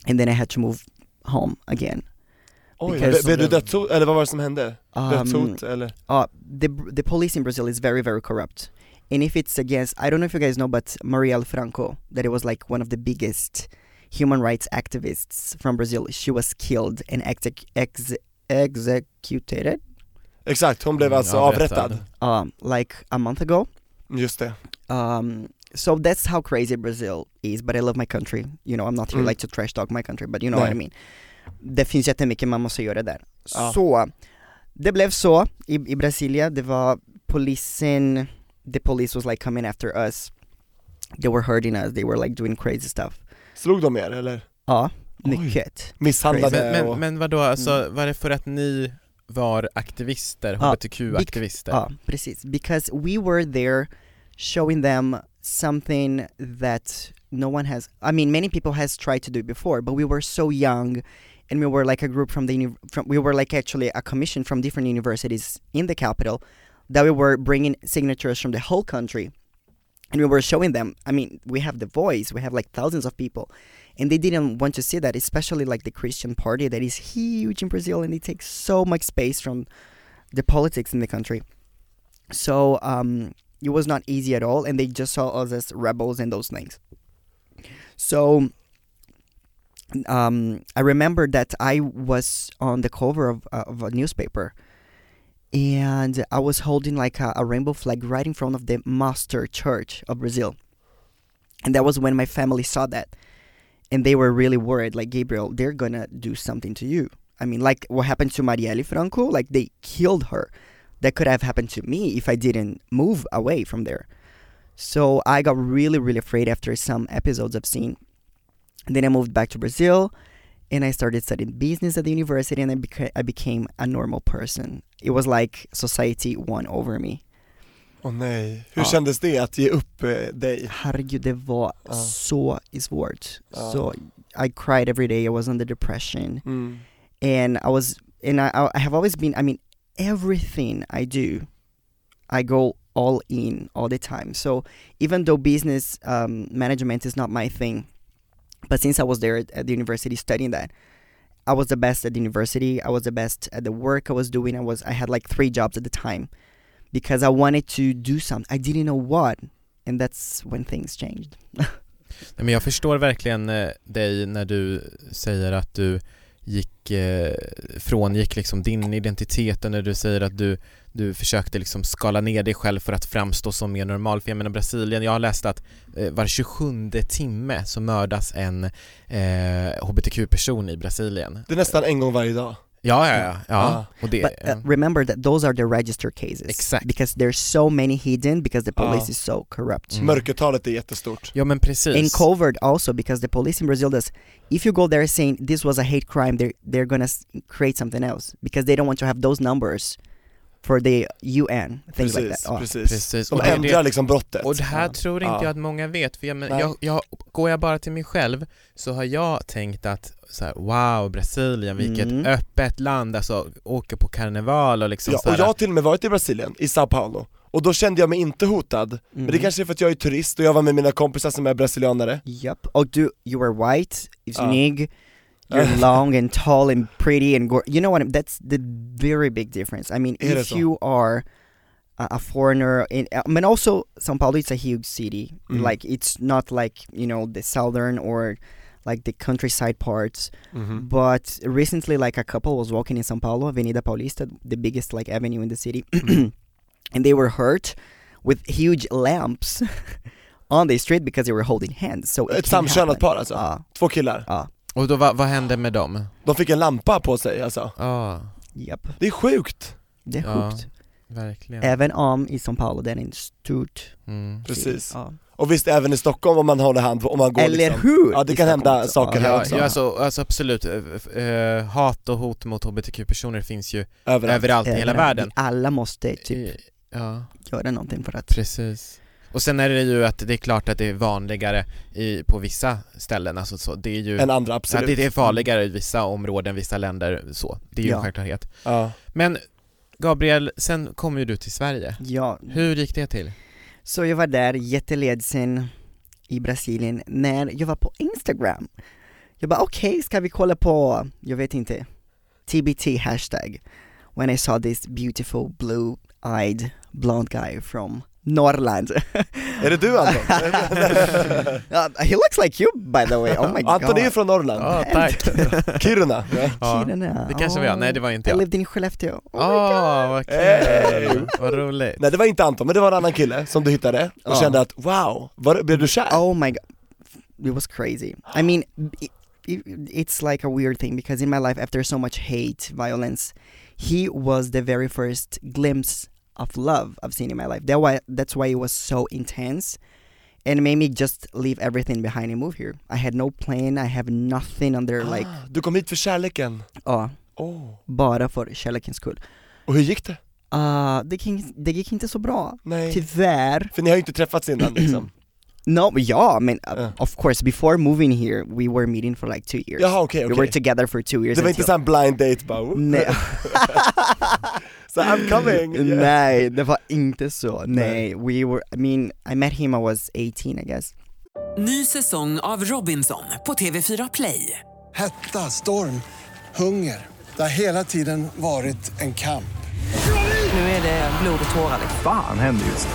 Speaker 5: And then I had to move home again.
Speaker 6: Oj,
Speaker 5: Because-
Speaker 6: blev du dödshot, eller vad var det som hände?
Speaker 5: Um,
Speaker 6: Dödshot eller?
Speaker 5: uh, the, the police in Brazil is very, very corrupt. And if it's against, I don't know if you guys know, but Marielle Franco, that it was like one of the biggest human rights activists from Brazil, she was killed and exec- ex- executed
Speaker 6: Exakt, hon
Speaker 5: Mm,
Speaker 6: blev alltså avrättad. Mm,
Speaker 5: um, like a month ago.
Speaker 6: Just det.
Speaker 5: Um, so that's how crazy Brazil is, but I love my country. You know, I'm not here
Speaker 6: Mm.
Speaker 5: like to trash talk my country, but you know
Speaker 6: Nej.
Speaker 5: what I mean. Det finns jättemycket man måste göra där.
Speaker 6: Ja.
Speaker 5: Så, det blev så i, i Brasilia, det var polisen, the police was like coming after us. They were hurting us, they were like doing crazy stuff. Ah,
Speaker 6: Slog de er eller?
Speaker 5: Ja,
Speaker 6: Oj.
Speaker 5: mycket.
Speaker 6: Misshandlade
Speaker 7: Men,
Speaker 6: och...
Speaker 7: men, men vadå, alltså, var det för att ni var aktivister,
Speaker 5: Mm. Ja,
Speaker 7: hbtq-aktivister?
Speaker 5: Ah, precis. Because we were there showing them something that no one has. I mean, many people has tried to do before, but we were so young, and we were like a group from the uni- from. We were like actually a commission from different universities in the capital, that we were bringing signatures from the whole country, and we were showing them. I mean, we have the voice. We have like thousands of people. And they didn't want to see that, especially like the Christian party that is huge in Brazil and it takes so much space from the politics in the country. So um, it was not easy at all, and they just saw us as rebels and those things. So um, I remember that I was on the cover of, of a newspaper, and I was holding like a, a rainbow flag right in front of the Master Church of Brazil, and that was when my family saw that, and they were really worried. Like Gabriel, they're gonna do something to you. I mean, like what happened to Marielle Franco, like they killed her. That could have happened to me if I didn't move away from there. So I got really, really afraid after some episodes I've seen. And then I moved back to Brazil and I started studying business at the university and I, beca- I became a normal person. It was like society won over me.
Speaker 6: Åh nej. Hur
Speaker 5: Ja.
Speaker 6: kändes det att ge upp eh, dig?
Speaker 5: Herregud, det var
Speaker 6: Ja.
Speaker 5: så svårt.
Speaker 6: Ja.
Speaker 5: So I cried every day. I was under depression.
Speaker 6: Mm.
Speaker 5: and I was and I, I have always been I mean everything I do I go all in all the time so even though business um, management is not my thing but since I was there at, at the university studying that I was the best at the university I was the best at the work I was doing I was I had like three jobs at the time because I wanted to do something I didn't know what and that's when things changed
Speaker 7: Nej, men jag förstår verkligen eh, dig när du säger att du gick, eh, frångick liksom din identitet och när du säger att du, du försökte liksom skala ner dig själv för att framstå som mer normal. För jag menar Brasilien, jag har läst att eh, var 27 timme så mördas en eh, hbtq-person i Brasilien.
Speaker 6: Det är nästan en gång varje dag.
Speaker 7: Ja, ja, ja, ja.
Speaker 6: Ah.
Speaker 7: och det...
Speaker 5: But uh, remember that those are the registered cases.
Speaker 7: Exact.
Speaker 5: Because there's so many hidden because the police
Speaker 6: Ah.
Speaker 5: is so corrupt.
Speaker 7: Mm.
Speaker 6: Mörkertalet är jättestort.
Speaker 7: ja men precis.
Speaker 5: And covered also because the police in Brazil does. If you go there saying this was a hate crime, they're they're gonna s- create something else because they don't want to have those numbers for the UN things like
Speaker 6: Precis,
Speaker 5: that. Ah.
Speaker 6: precis.
Speaker 7: precis.
Speaker 6: De
Speaker 7: Och det är det-
Speaker 6: ändrar liksom brottet.
Speaker 7: Och det här typ tror inte
Speaker 6: Ja.
Speaker 7: jag att många vet, för jag, men,
Speaker 6: Nej.
Speaker 7: jag, jag, går jag bara till mig själv så har jag tänkt att så här, wow, Brasilien, vilket
Speaker 5: Mm.
Speaker 7: öppet land, alltså åker på karneval och liksom
Speaker 6: Ja,
Speaker 7: så
Speaker 6: och
Speaker 7: här,
Speaker 6: jag har till och med varit i Brasilien, i Sao Paulo, och då kände jag mig inte hotad.
Speaker 5: Mm-hmm.
Speaker 6: Men det
Speaker 5: Mm.
Speaker 6: kanske är för att jag är turist och jag var med mina kompisar som är brasilianare.
Speaker 5: Yep. Oh, do you were white? It's
Speaker 6: Ah.
Speaker 5: Nig. You're long and tall and pretty and gor You know what? That's the very big difference. I mean,
Speaker 6: It
Speaker 5: if
Speaker 6: is.
Speaker 5: you are a, a foreigner, in, I mean, also São Paulo, it's a huge city.
Speaker 6: Mm.
Speaker 5: Like, it's not like you know the southern or like the countryside parts.
Speaker 6: Mm-hmm.
Speaker 5: But recently, like a couple was walking in São Paulo, Avenida Paulista, the biggest like avenue in the city, and they were hurt with huge lamps on the street because they were holding hands. So it
Speaker 6: Ett
Speaker 5: can happen.
Speaker 6: samkönat par alltså.
Speaker 5: Ah,
Speaker 6: Två killar.
Speaker 5: ah,
Speaker 7: Och då, vad, vad hände med dem?
Speaker 6: De fick en lampa på sig alltså.
Speaker 7: Ja,
Speaker 5: yep.
Speaker 6: Det är sjukt!
Speaker 5: Det är
Speaker 7: Ja.
Speaker 5: sjukt.
Speaker 7: verkligen.
Speaker 5: Även om i São Paulo den är en stort.
Speaker 7: Mm.
Speaker 6: Precis.
Speaker 5: Ja.
Speaker 6: Och visst, även i Stockholm om man håller hand, om man går
Speaker 5: Eller
Speaker 6: liksom.
Speaker 5: hur?
Speaker 6: Ja, det
Speaker 5: I
Speaker 6: kan
Speaker 5: Stockholm
Speaker 6: hända
Speaker 5: också.
Speaker 6: saker
Speaker 5: Ja,
Speaker 6: här
Speaker 7: Ja,
Speaker 6: också.
Speaker 7: ja, alltså, alltså absolut, Eh, f- eh, hat och hot mot hbtq-personer finns ju
Speaker 6: Överallt.
Speaker 7: överallt i hela
Speaker 5: Även om
Speaker 7: världen.
Speaker 5: Eh,
Speaker 7: Eh.
Speaker 5: vi Alla måste typ
Speaker 7: I- Ja,
Speaker 5: göra någonting för att
Speaker 7: precis. Och sen är det ju att det är klart att det är vanligare i, på vissa ställen, alltså så, det är ju
Speaker 6: Än andra,
Speaker 7: Ja,
Speaker 6: absolut.
Speaker 7: det, det är farligare i vissa områden, vissa länder så. Det är ju
Speaker 5: Ja.
Speaker 7: en självklarhet.
Speaker 6: Ja.
Speaker 7: Men Gabriel, sen kom ju du till Sverige.
Speaker 5: Ja,
Speaker 7: Hur gick det till?
Speaker 5: så jag var där jätteledsen i Brasilien när jag var på Instagram. Jag bara okej, ska vi kolla på, jag vet inte, TBT hashtag. When I saw this beautiful blue-eyed blonde guy from Norrland.
Speaker 6: Är det du Anton?
Speaker 5: Uh, he looks like you by the way, oh my god.
Speaker 6: Anton är ju från Norrland,
Speaker 7: Ja, tack.
Speaker 6: Kiruna. Ja.
Speaker 7: Ja,
Speaker 5: Kiruna.
Speaker 7: det kanske var jag. Nej, det var inte
Speaker 5: Jag
Speaker 7: jag.
Speaker 5: levde in Skellefteå. Oh my god.
Speaker 7: Åh, vad
Speaker 6: Hey.
Speaker 7: kul! Vad roligt.
Speaker 6: Nej det var inte Anton, men det var en annan kille som du hittade och
Speaker 5: Ja.
Speaker 6: kände att wow, var, blev du kär?
Speaker 5: Oh my god. It was crazy. I mean, it, it, it's like a weird thing because in my life, after so much hate, violence, he was the very first glimpse of love I've seen in my life. That why that's why it was so intense, and it made me just leave everything behind and move here. I had no plan. I have nothing under like
Speaker 6: Ah, Du kom hit för kärleken.
Speaker 5: oh,
Speaker 6: Oh.
Speaker 5: bara för kärlekens skull.
Speaker 6: Och hur gick det?
Speaker 5: Uh, det, gick, det gick inte så bra.
Speaker 6: Nej.
Speaker 5: Tyvärr.
Speaker 6: För ni har ju inte träffats innan liksom.
Speaker 5: No, yeah, I mean, uh,
Speaker 6: Yeah.
Speaker 5: of course. Before moving here, we were meeting for like two years.
Speaker 6: Jaha okej
Speaker 5: We
Speaker 6: okej.
Speaker 5: were together for two years.
Speaker 6: Det var inte såhär en blind date bara, whoop.
Speaker 5: Nej,
Speaker 6: så I'm coming! Yeah.
Speaker 5: nej, det var inte så. Nej, we were. I mean, I met him. I was 18, I guess.
Speaker 1: Ny säsong av Robinson på TV4 Play.
Speaker 2: Hetta, storm, hunger. Det har hela tiden varit en kamp.
Speaker 1: Nu är det blod och tårar.
Speaker 3: Fan händer just det.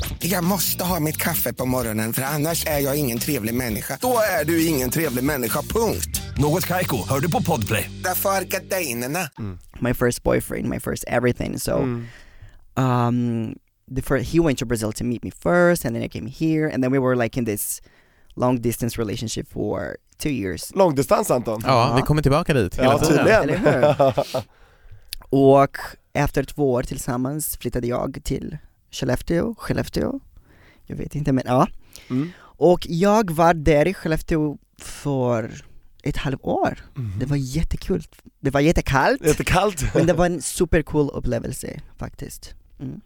Speaker 8: Jag måste ha mitt kaffe på morgonen för annars är jag ingen trevlig människa. Då är du ingen trevlig människa, punkt.
Speaker 9: Något Kaiko, hör du på Podplay.
Speaker 8: Därför är gardinerna.
Speaker 5: My first boyfriend, my first everything. So,
Speaker 6: Hmm.
Speaker 5: um, the first he went to Brazil to meet me first, and then I came here, and then we were like in this long distance relationship for two years.
Speaker 6: Långdistans Anton.
Speaker 7: Ja, vi kommer tillbaka dit hela
Speaker 6: Ja,
Speaker 7: tiden.
Speaker 6: tydligen.
Speaker 5: Eller hur? Och efter två år tillsammans flyttade jag till Skellefteå, Skellefteå, jag vet inte men ja.
Speaker 6: Mm.
Speaker 5: Och jag var där i Skellefteå för ett halvår. Det var jättekul. Det var jättekallt,
Speaker 6: Jättekallt.
Speaker 5: men det var en supercool upplevelse faktiskt.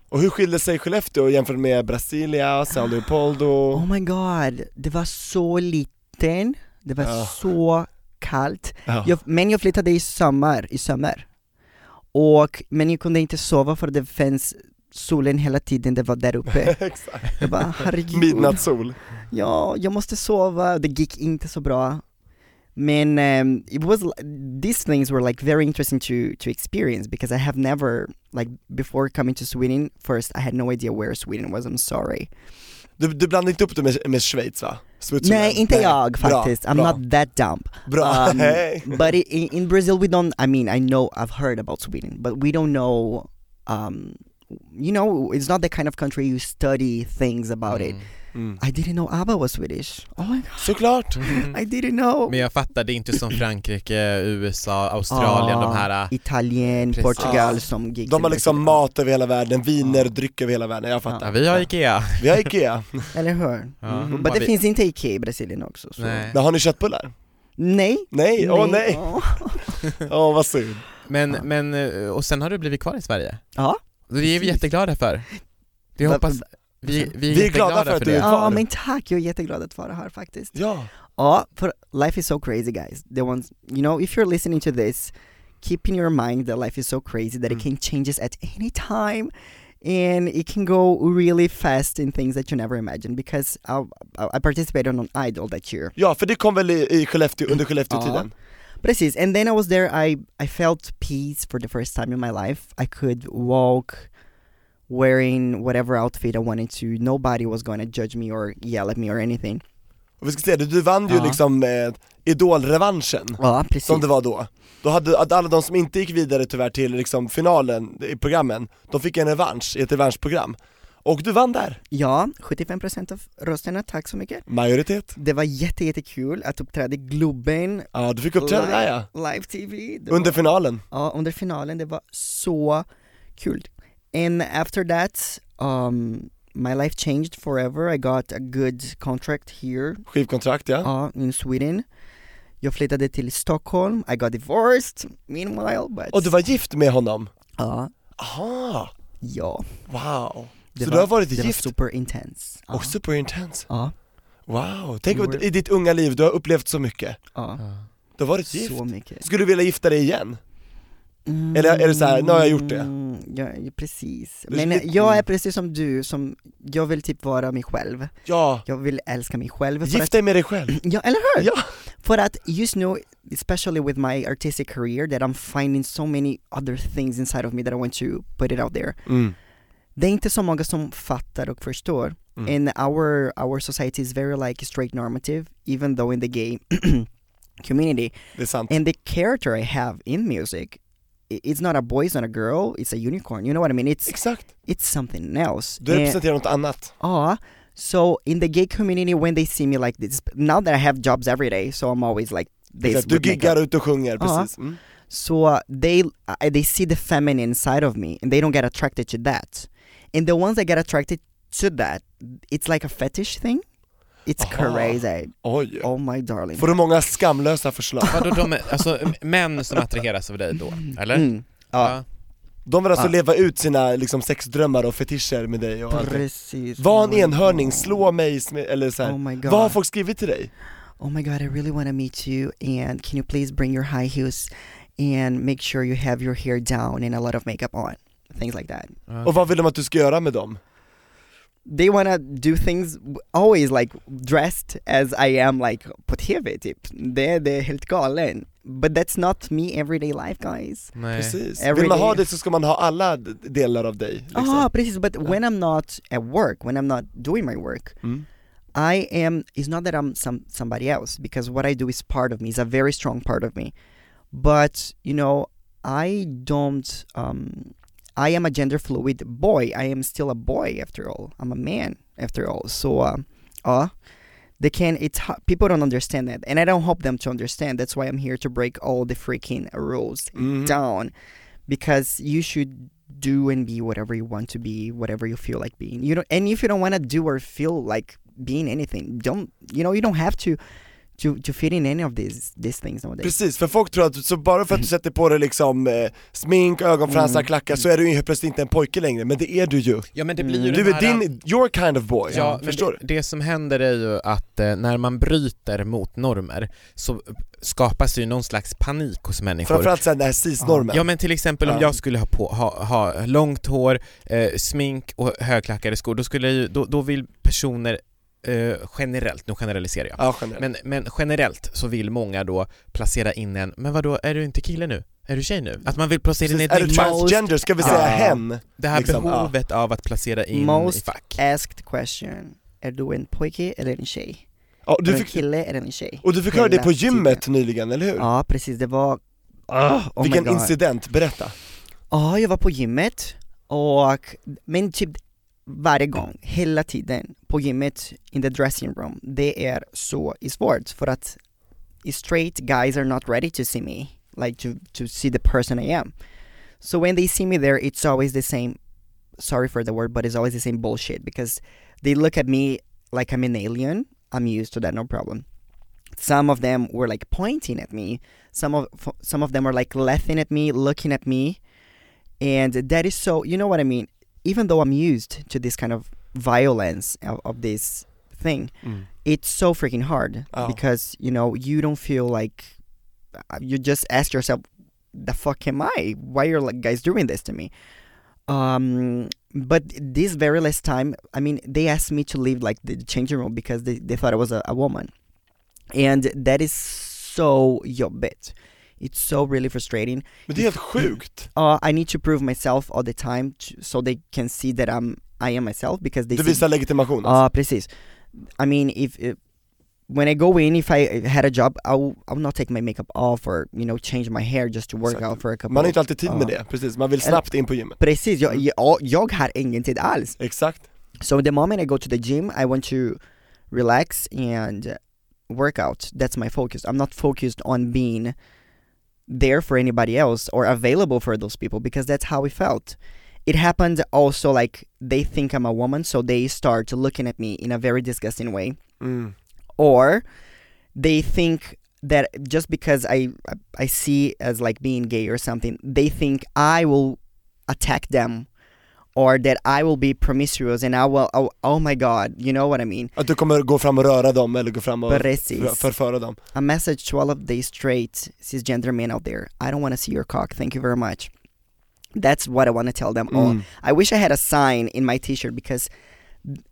Speaker 6: Och hur skiljer sig Skellefteå jämfört med Brasilia, São Leopoldo?
Speaker 5: Oh my god, det var så liten, det var
Speaker 6: Ja.
Speaker 5: så kallt.
Speaker 6: Ja.
Speaker 5: Jag, men jag flyttade i sommar, i sommar. Och, men jag kunde inte sova för det fanns solen hela tiden, det var där uppe.
Speaker 6: Exakt.
Speaker 5: Jag bara herregud.
Speaker 6: Midnattssol.
Speaker 5: ja, jag måste sova, det gick inte så bra. Men um, it was, li- these things were like very interesting to, to experience because I have never, like before coming to Sweden, first I had no idea where Sweden was, I'm sorry.
Speaker 6: Du, du blandade inte upp det med, med Schweiz va? Switzerland.
Speaker 5: Nej, inte jag
Speaker 6: Bra,
Speaker 5: faktiskt, I'm
Speaker 6: bra,
Speaker 5: not that dumb.
Speaker 6: Bra, Ehm,
Speaker 5: Um,
Speaker 6: hej!
Speaker 5: but i- in, in Brazil we don't. I mean, I know I've heard about Sweden, but we don't know. Um, you know, it's not the kind of country you study things about it.
Speaker 6: Mm.
Speaker 5: I didn't know ABBA was Swedish. Oh my god,
Speaker 6: Såklart!
Speaker 5: I didn't know.
Speaker 7: Mm. Men jag fattar, det är inte som Frankrike, USA, Australien, de här... äh,
Speaker 5: Italien,
Speaker 7: Precis.
Speaker 5: Portugal som gigs.
Speaker 6: De
Speaker 5: in
Speaker 6: har Ah. liksom
Speaker 5: Brazil. Ah,
Speaker 6: mat över hela världen, viner, dryck över hela världen, jag
Speaker 7: Ja,
Speaker 6: fattar.
Speaker 7: vi har Ikea.
Speaker 6: Vi har Ikea.
Speaker 5: Eller hur?
Speaker 7: Ja.
Speaker 5: Mm.
Speaker 7: Har
Speaker 5: Men det
Speaker 7: vi-
Speaker 5: finns inte IKEA i Brasilien också. Så.
Speaker 7: Nej.
Speaker 6: Men har ni köttbullar?
Speaker 5: Nej.
Speaker 6: Nej, åh nej!
Speaker 5: Åh.
Speaker 6: Åh vad synd.
Speaker 7: Men, men, eh, och sen har du blivit kvar i Sverige.
Speaker 5: Ja.
Speaker 7: Det är vi jätteglada för. Vi
Speaker 5: Va-
Speaker 7: hoppas... Vi, vi är
Speaker 6: Vi är
Speaker 7: jätteglada
Speaker 6: glada för
Speaker 7: för,
Speaker 6: att
Speaker 7: det.
Speaker 6: du-
Speaker 5: Ja,
Speaker 6: Kvar.
Speaker 5: men tack, jag är jätteglad att vara här faktiskt.
Speaker 6: Ja,
Speaker 5: Ja, för life is so crazy guys. The ones, you know, if you're listening to this, keep in your mind that life is so crazy that it can changes at any time and it can go really fast in things that you never imagined because I, I I participated on Idol that year.
Speaker 6: ja för det kom väl i, i Skellefteå, under Skellefteå-tiden?
Speaker 5: Precis, and then I was there, I, I felt peace for the first time in my life. I could walk wearing whatever outfit I wanted to. Nobody was going to judge me or yell at me or anything.
Speaker 6: Och vi ska säga det, du vann ju
Speaker 5: Ja.
Speaker 6: liksom eh, Idol-revanschen,
Speaker 5: Ja, precis.
Speaker 6: som det var då. Då hade att alla de som inte gick vidare tyvärr till liksom finalen i programmen, de fick en revansch i ett revanschprogram. Och du vann där,
Speaker 5: Ja, 75% av rösterna, tack så mycket.
Speaker 6: majoritet.
Speaker 5: Det var jätte, jättekul att uppträda i Globen
Speaker 6: Ja, du fick uppträda där ja,
Speaker 5: live TV Det
Speaker 6: under
Speaker 5: var,
Speaker 6: finalen.
Speaker 5: ja, under finalen, det var så kul And after that, um, my life changed forever I got a good contract here
Speaker 6: Skivkontrakt ja.
Speaker 5: ja, in Sweden Jag flyttade till Stockholm, I got divorced meanwhile but
Speaker 6: Och du var gift med honom?
Speaker 5: ja,
Speaker 6: Aha,
Speaker 5: ja
Speaker 6: wow.
Speaker 5: det
Speaker 6: Så du har varit
Speaker 5: det
Speaker 6: gift?
Speaker 5: var super intense ja,
Speaker 6: Och superintens.
Speaker 5: ja,
Speaker 6: Wow, tänk
Speaker 5: We
Speaker 6: att
Speaker 5: were-
Speaker 6: i ditt unga liv, du har upplevt så mycket.
Speaker 5: ja,
Speaker 6: Du har varit gift.
Speaker 5: så mycket
Speaker 6: Skulle du vilja gifta dig igen? Eller är det så här, nu har jag gjort det?
Speaker 5: Mm, Ja, ja, precis.
Speaker 6: Det är
Speaker 5: Men
Speaker 6: lite-
Speaker 5: jag är
Speaker 6: mm.
Speaker 5: precis som du, som, jag vill typ vara mig själv.
Speaker 6: Ja,
Speaker 5: Jag vill älska mig själv. För
Speaker 6: gift
Speaker 5: att,
Speaker 6: dig med dig själv.
Speaker 5: ja, eller hur?
Speaker 6: Ja.
Speaker 5: För att just nu, especially with my artistic career, that I'm finding so many other things inside of me that I want to put it out there. Det är inte så många som fattar och förstår.
Speaker 6: Mm.
Speaker 5: And our, our society is very like straight normative, even though in the gay community,
Speaker 6: Det är sant.
Speaker 5: and the character I have in music, i- it's not a boy, it's not a girl, it's a unicorn. You know what I mean? It's
Speaker 6: Exakt.
Speaker 5: it's something else.
Speaker 6: Du representerar något annat.
Speaker 5: Ah, so in the gay community, when they see me like this, now that I have jobs every day, so I'm always like this.
Speaker 6: Exakt. Du
Speaker 5: with makeup.
Speaker 6: giggar ut och sjunger,
Speaker 5: Ja.
Speaker 6: precis. Mm.
Speaker 5: So uh, they uh, they see the feminine side of me, and they don't get attracted to that. And the ones that get attracted to that, it's like a fetish thing. It's
Speaker 6: Aha.
Speaker 5: crazy.
Speaker 6: Oj.
Speaker 5: Oh my darling.
Speaker 6: Får du många skamlösa förslag?
Speaker 7: Vadå de, alltså män som attraheras av dig då, eller? Ah,
Speaker 5: Mm. Ja,
Speaker 6: De vill alltså
Speaker 5: Ja.
Speaker 6: leva ut sina liksom, sexdrömmar och fetischer med dig och allting.
Speaker 5: Ah, precis.
Speaker 6: Var
Speaker 5: Oh
Speaker 6: en
Speaker 5: my
Speaker 6: enhörning,
Speaker 5: God.
Speaker 6: slå mig, sm- eller så här.
Speaker 5: Oh my god.
Speaker 6: Vad har folk skrivit till dig?
Speaker 5: oh my god i really want to meet you and can you please bring your high heels and make sure you have your hair down and a lot of makeup on things like that
Speaker 6: Och vad vill de att du ska göra med dem?
Speaker 5: they want to do things w- always like dressed as i am like på tv typ they're, they're helt galen but that's not me everyday life guys
Speaker 7: Nej.
Speaker 6: Precis.
Speaker 5: Every
Speaker 6: Vill man ha
Speaker 5: day.
Speaker 6: det så ska man ha alla d- delar av dig. Liksom.
Speaker 5: ah precis but when i'm not at work when i'm not doing my work
Speaker 6: Mm.
Speaker 5: I am. It's not that I'm some somebody else because what I do is part of me. It's a very strong part of me. But you know, I don't. Um, I am a gender fluid boy. I am still a boy after all. I'm a man after all. So, uh, uh they can. It's ho- people don't understand that, and I don't hope them to understand. That's why I'm here to break all the freaking rules
Speaker 6: Mhm.
Speaker 5: down, because you should do and be whatever you want to be, whatever you feel like being. You don't, and if you don't want to do or feel like being anything, don't you know? You don't have to to, to fit in any of these, these things nowadays.
Speaker 6: Precis, för folk tror att så bara för att
Speaker 5: Mm.
Speaker 6: du sätter på dig liksom eh, smink, ögonfransar, klackar så är du ju helt plötsligt inte en pojke längre, men det är du ju. Mm.
Speaker 7: Ja men det blir ju
Speaker 6: Du är
Speaker 7: den här...
Speaker 6: din, your kind of boy,
Speaker 7: Ja, men
Speaker 6: förstår du?
Speaker 7: det, det som händer är ju att eh, när man bryter mot normer så skapas ju någon slags panik hos människor.
Speaker 6: Framförallt såhär den här cis-normen.
Speaker 7: Ja men till exempel om
Speaker 6: Ja.
Speaker 7: jag skulle ha, på, ha, ha långt hår, eh, smink och högklackade skor, då, skulle ju, då, då vill personer eh, generellt, nu generaliserar jag,
Speaker 6: Ja, generellt.
Speaker 7: men, men generellt så vill många då placera in en, men vadå, är du inte kille nu? Är du tjej nu? Att man vill placera in
Speaker 6: Precis,
Speaker 7: ett
Speaker 6: är du
Speaker 7: nytt-
Speaker 6: transgender? Ska vi
Speaker 5: Ja.
Speaker 6: säga hen?
Speaker 7: det här
Speaker 6: liksom, ja.
Speaker 7: behovet av att placera in i
Speaker 5: Most
Speaker 7: fack.
Speaker 5: asked question, är du en pojke eller en tjej?
Speaker 6: Ja,
Speaker 5: Du
Speaker 6: du
Speaker 5: är du en
Speaker 6: fick,
Speaker 5: kille eller en tjej?
Speaker 6: och du fick höra det på
Speaker 5: Hela
Speaker 6: gymmet
Speaker 5: tiden.
Speaker 6: nyligen, eller hur? Ah,
Speaker 5: Ja precis, det var... Oh, oh
Speaker 6: Vilken
Speaker 5: my God.
Speaker 6: incident, berätta.
Speaker 5: Ja, jag var på gymmet och, men typ varje gång, hela tiden på gymmet in the dressing room, det är så svårt för att straight guys are not ready to see me, like to, to see the person I am. So when they see me there, it's always the same, sorry for the word, but it's always the same bullshit because they look at me like I'm an alien. I'm used to that, no problem. Some of them were like pointing at me. Some of f- some of them were like laughing at me, looking at me and that is so you know what i mean even though i'm used to this kind of violence of, of this thing it's so freaking hard
Speaker 6: Oh.
Speaker 5: because you know you don't feel like uh, you just ask yourself the fuck am i why are like guys doing this to me um but this very last time i mean they asked me to leave like the changing room because they, they thought i was a, a woman and that is so your bit it's so really frustrating
Speaker 6: Men det är helt sjukt.
Speaker 5: uh, I need to prove myself all the time to, so they can see that I'm I am myself because they
Speaker 6: Du
Speaker 5: see,
Speaker 6: visar legitimation alltså.
Speaker 5: uh, precis. I mean if, if when I go in if I had a job I will, I will not take my makeup off or you know change my hair just to work
Speaker 6: Exakt.
Speaker 5: out for a couple
Speaker 6: Man har inte alltid tid
Speaker 5: Ja.
Speaker 6: med det, Mm. precis. Man vill snabbt in på gymmet.
Speaker 5: Precis, jag, jag, jag har ingen tid alls.
Speaker 6: Exakt.
Speaker 5: So the moment I go to the gym, I want to relax and work out. That's my focus. I'm not focused on being there for anybody else or available for those people because that's how we felt. It happened also like they think I'm a woman, so they start looking at me in a very disgusting way
Speaker 6: Mm.
Speaker 5: or they think that just because I I see as like being gay or something, they think I will attack them, or that I will be promiscuous and I will oh, oh my god, you know what I mean?
Speaker 6: Att du kommer gå fram och röra dem eller gå fram och
Speaker 5: Precis.
Speaker 6: för- förföra dem.
Speaker 5: A message to all of the straight cisgender men out there: I don't want to see your cock. Thank you very much. That's what I want to tell them all. I wish I had a sign in my T-shirt because,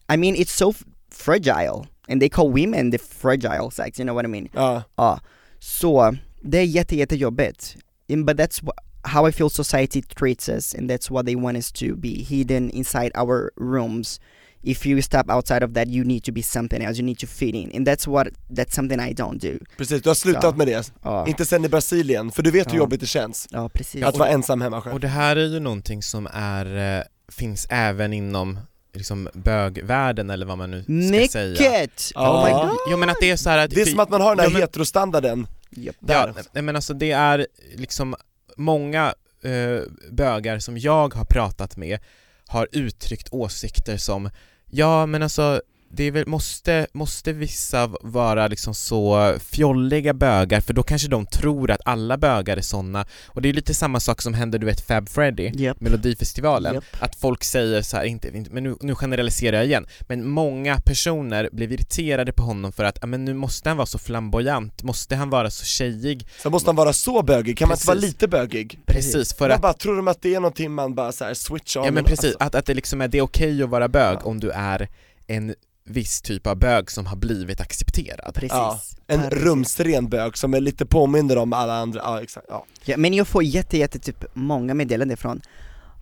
Speaker 5: I mean, it's so f- fragile, and they call women the fragile sex. You know what I mean?
Speaker 6: Ja.
Speaker 5: Ja, så det är jätte, jättejobbigt. In- But that's wh- how I feel society treats us and that's what they want us to be hidden inside our rooms. If you step outside of that you need to be something else, you need to fit in. And that's what, that's something I don't do.
Speaker 6: Precis, du har slutat
Speaker 5: Ja.
Speaker 6: med det.
Speaker 5: Ja,
Speaker 6: Inte sen i Brasilien, för du vet hur
Speaker 5: Ja.
Speaker 6: jobbigt det känns.
Speaker 5: ja precis.
Speaker 6: Att vara ensam hemma själv.
Speaker 7: Och det här är ju någonting som är, eh, finns även inom liksom bögvärlden eller vad man nu ska säga.
Speaker 5: Mycket! Oh my
Speaker 6: Ja.
Speaker 5: god!
Speaker 7: Jo men att det är så här att...
Speaker 6: Det är som att man har den
Speaker 7: Ja,
Speaker 6: här
Speaker 7: men-
Speaker 6: heterostandarden
Speaker 5: Japp.
Speaker 7: Ja,
Speaker 6: där.
Speaker 7: nej, men alltså det är liksom många eh, bögar som jag har pratat med har uttryckt åsikter som ja men alltså det är väl, måste, måste vissa v- vara liksom så fjolliga bögar för då kanske de tror att alla bögar är såna och det är lite samma sak som hände du vet Fab Freddy
Speaker 5: Japp.
Speaker 7: Melodifestivalen,
Speaker 5: Japp.
Speaker 7: att folk säger så här, inte, inte men nu, nu generaliserar jag igen, men många personer blev irriterade på honom för att, "Ja, men nu måste han vara så flamboyant, måste han vara så tjejig?
Speaker 6: Sen måste man vara så bögig, kan man inte vara
Speaker 7: Precis.
Speaker 6: lite bögig?
Speaker 7: Precis, för
Speaker 6: Man
Speaker 7: att,
Speaker 6: bara, tror de att det är någonting man bara så här switch on?
Speaker 7: ja men
Speaker 6: Alltså,
Speaker 7: precis, att, att det liksom är, det är okej att vara bög om du är en viss typ av bög som har blivit accepterad.
Speaker 5: Precis.
Speaker 6: Ja, en
Speaker 5: Precis.
Speaker 6: rumsren bög som är lite påminner om alla andra, ja exakt, ja.
Speaker 5: Ja, men jag får jätte, jätte typ många meddelanden från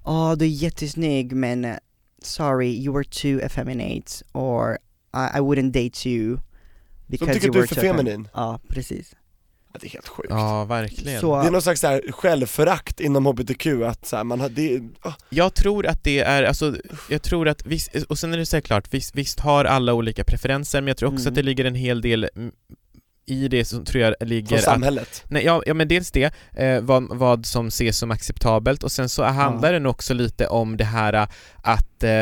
Speaker 5: Åh, du är jättesnygg men eh, sorry, you were too effeminate or I, I wouldn't date you
Speaker 6: De
Speaker 5: because
Speaker 6: tycker
Speaker 5: you
Speaker 6: att du
Speaker 5: were
Speaker 6: är för
Speaker 5: too effemin-"
Speaker 6: feminin,
Speaker 5: Ja, precis. uh,
Speaker 6: ja, det är helt sjukt.
Speaker 7: Ja, verkligen.
Speaker 5: Så,
Speaker 6: Det är någon slags så här självförakt inom hbtq, att så här, man har, det, är- ah,
Speaker 7: Jag tror att det är, alltså, jag tror att, visst, och sen är det såklart, visst, visst har alla olika preferenser, men jag tror också
Speaker 5: Mm.
Speaker 7: att det ligger en hel del mm, i det som tror jag
Speaker 6: från
Speaker 7: ligger att
Speaker 6: samhället.
Speaker 7: Nej, ja, ja men dels det, eh, vad, vad som ses som acceptabelt och sen så handlar det nog också lite om det här eh, att eh,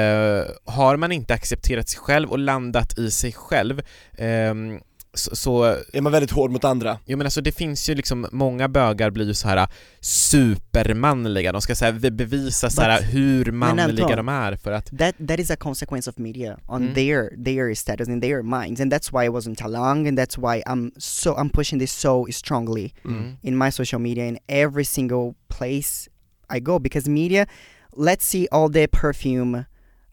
Speaker 7: har man inte accepterat sig själv och landat i sig själv ehm, så, så
Speaker 6: Är man väldigt hård mot andra?
Speaker 7: Jo men alltså det finns ju liksom, många bögar blir ju så här eh, supermanliga, de ska så här be- bevisa så här
Speaker 5: But-
Speaker 7: hur manliga
Speaker 5: Anton-
Speaker 7: de är för att
Speaker 5: that that is a consequence of media on
Speaker 7: Mm.
Speaker 5: their their status in their minds and that's why it wasn't Talang and that's why I'm so I'm pushing this so strongly
Speaker 7: Mm.
Speaker 5: in my social media in every single place I go because media let's see all the perfume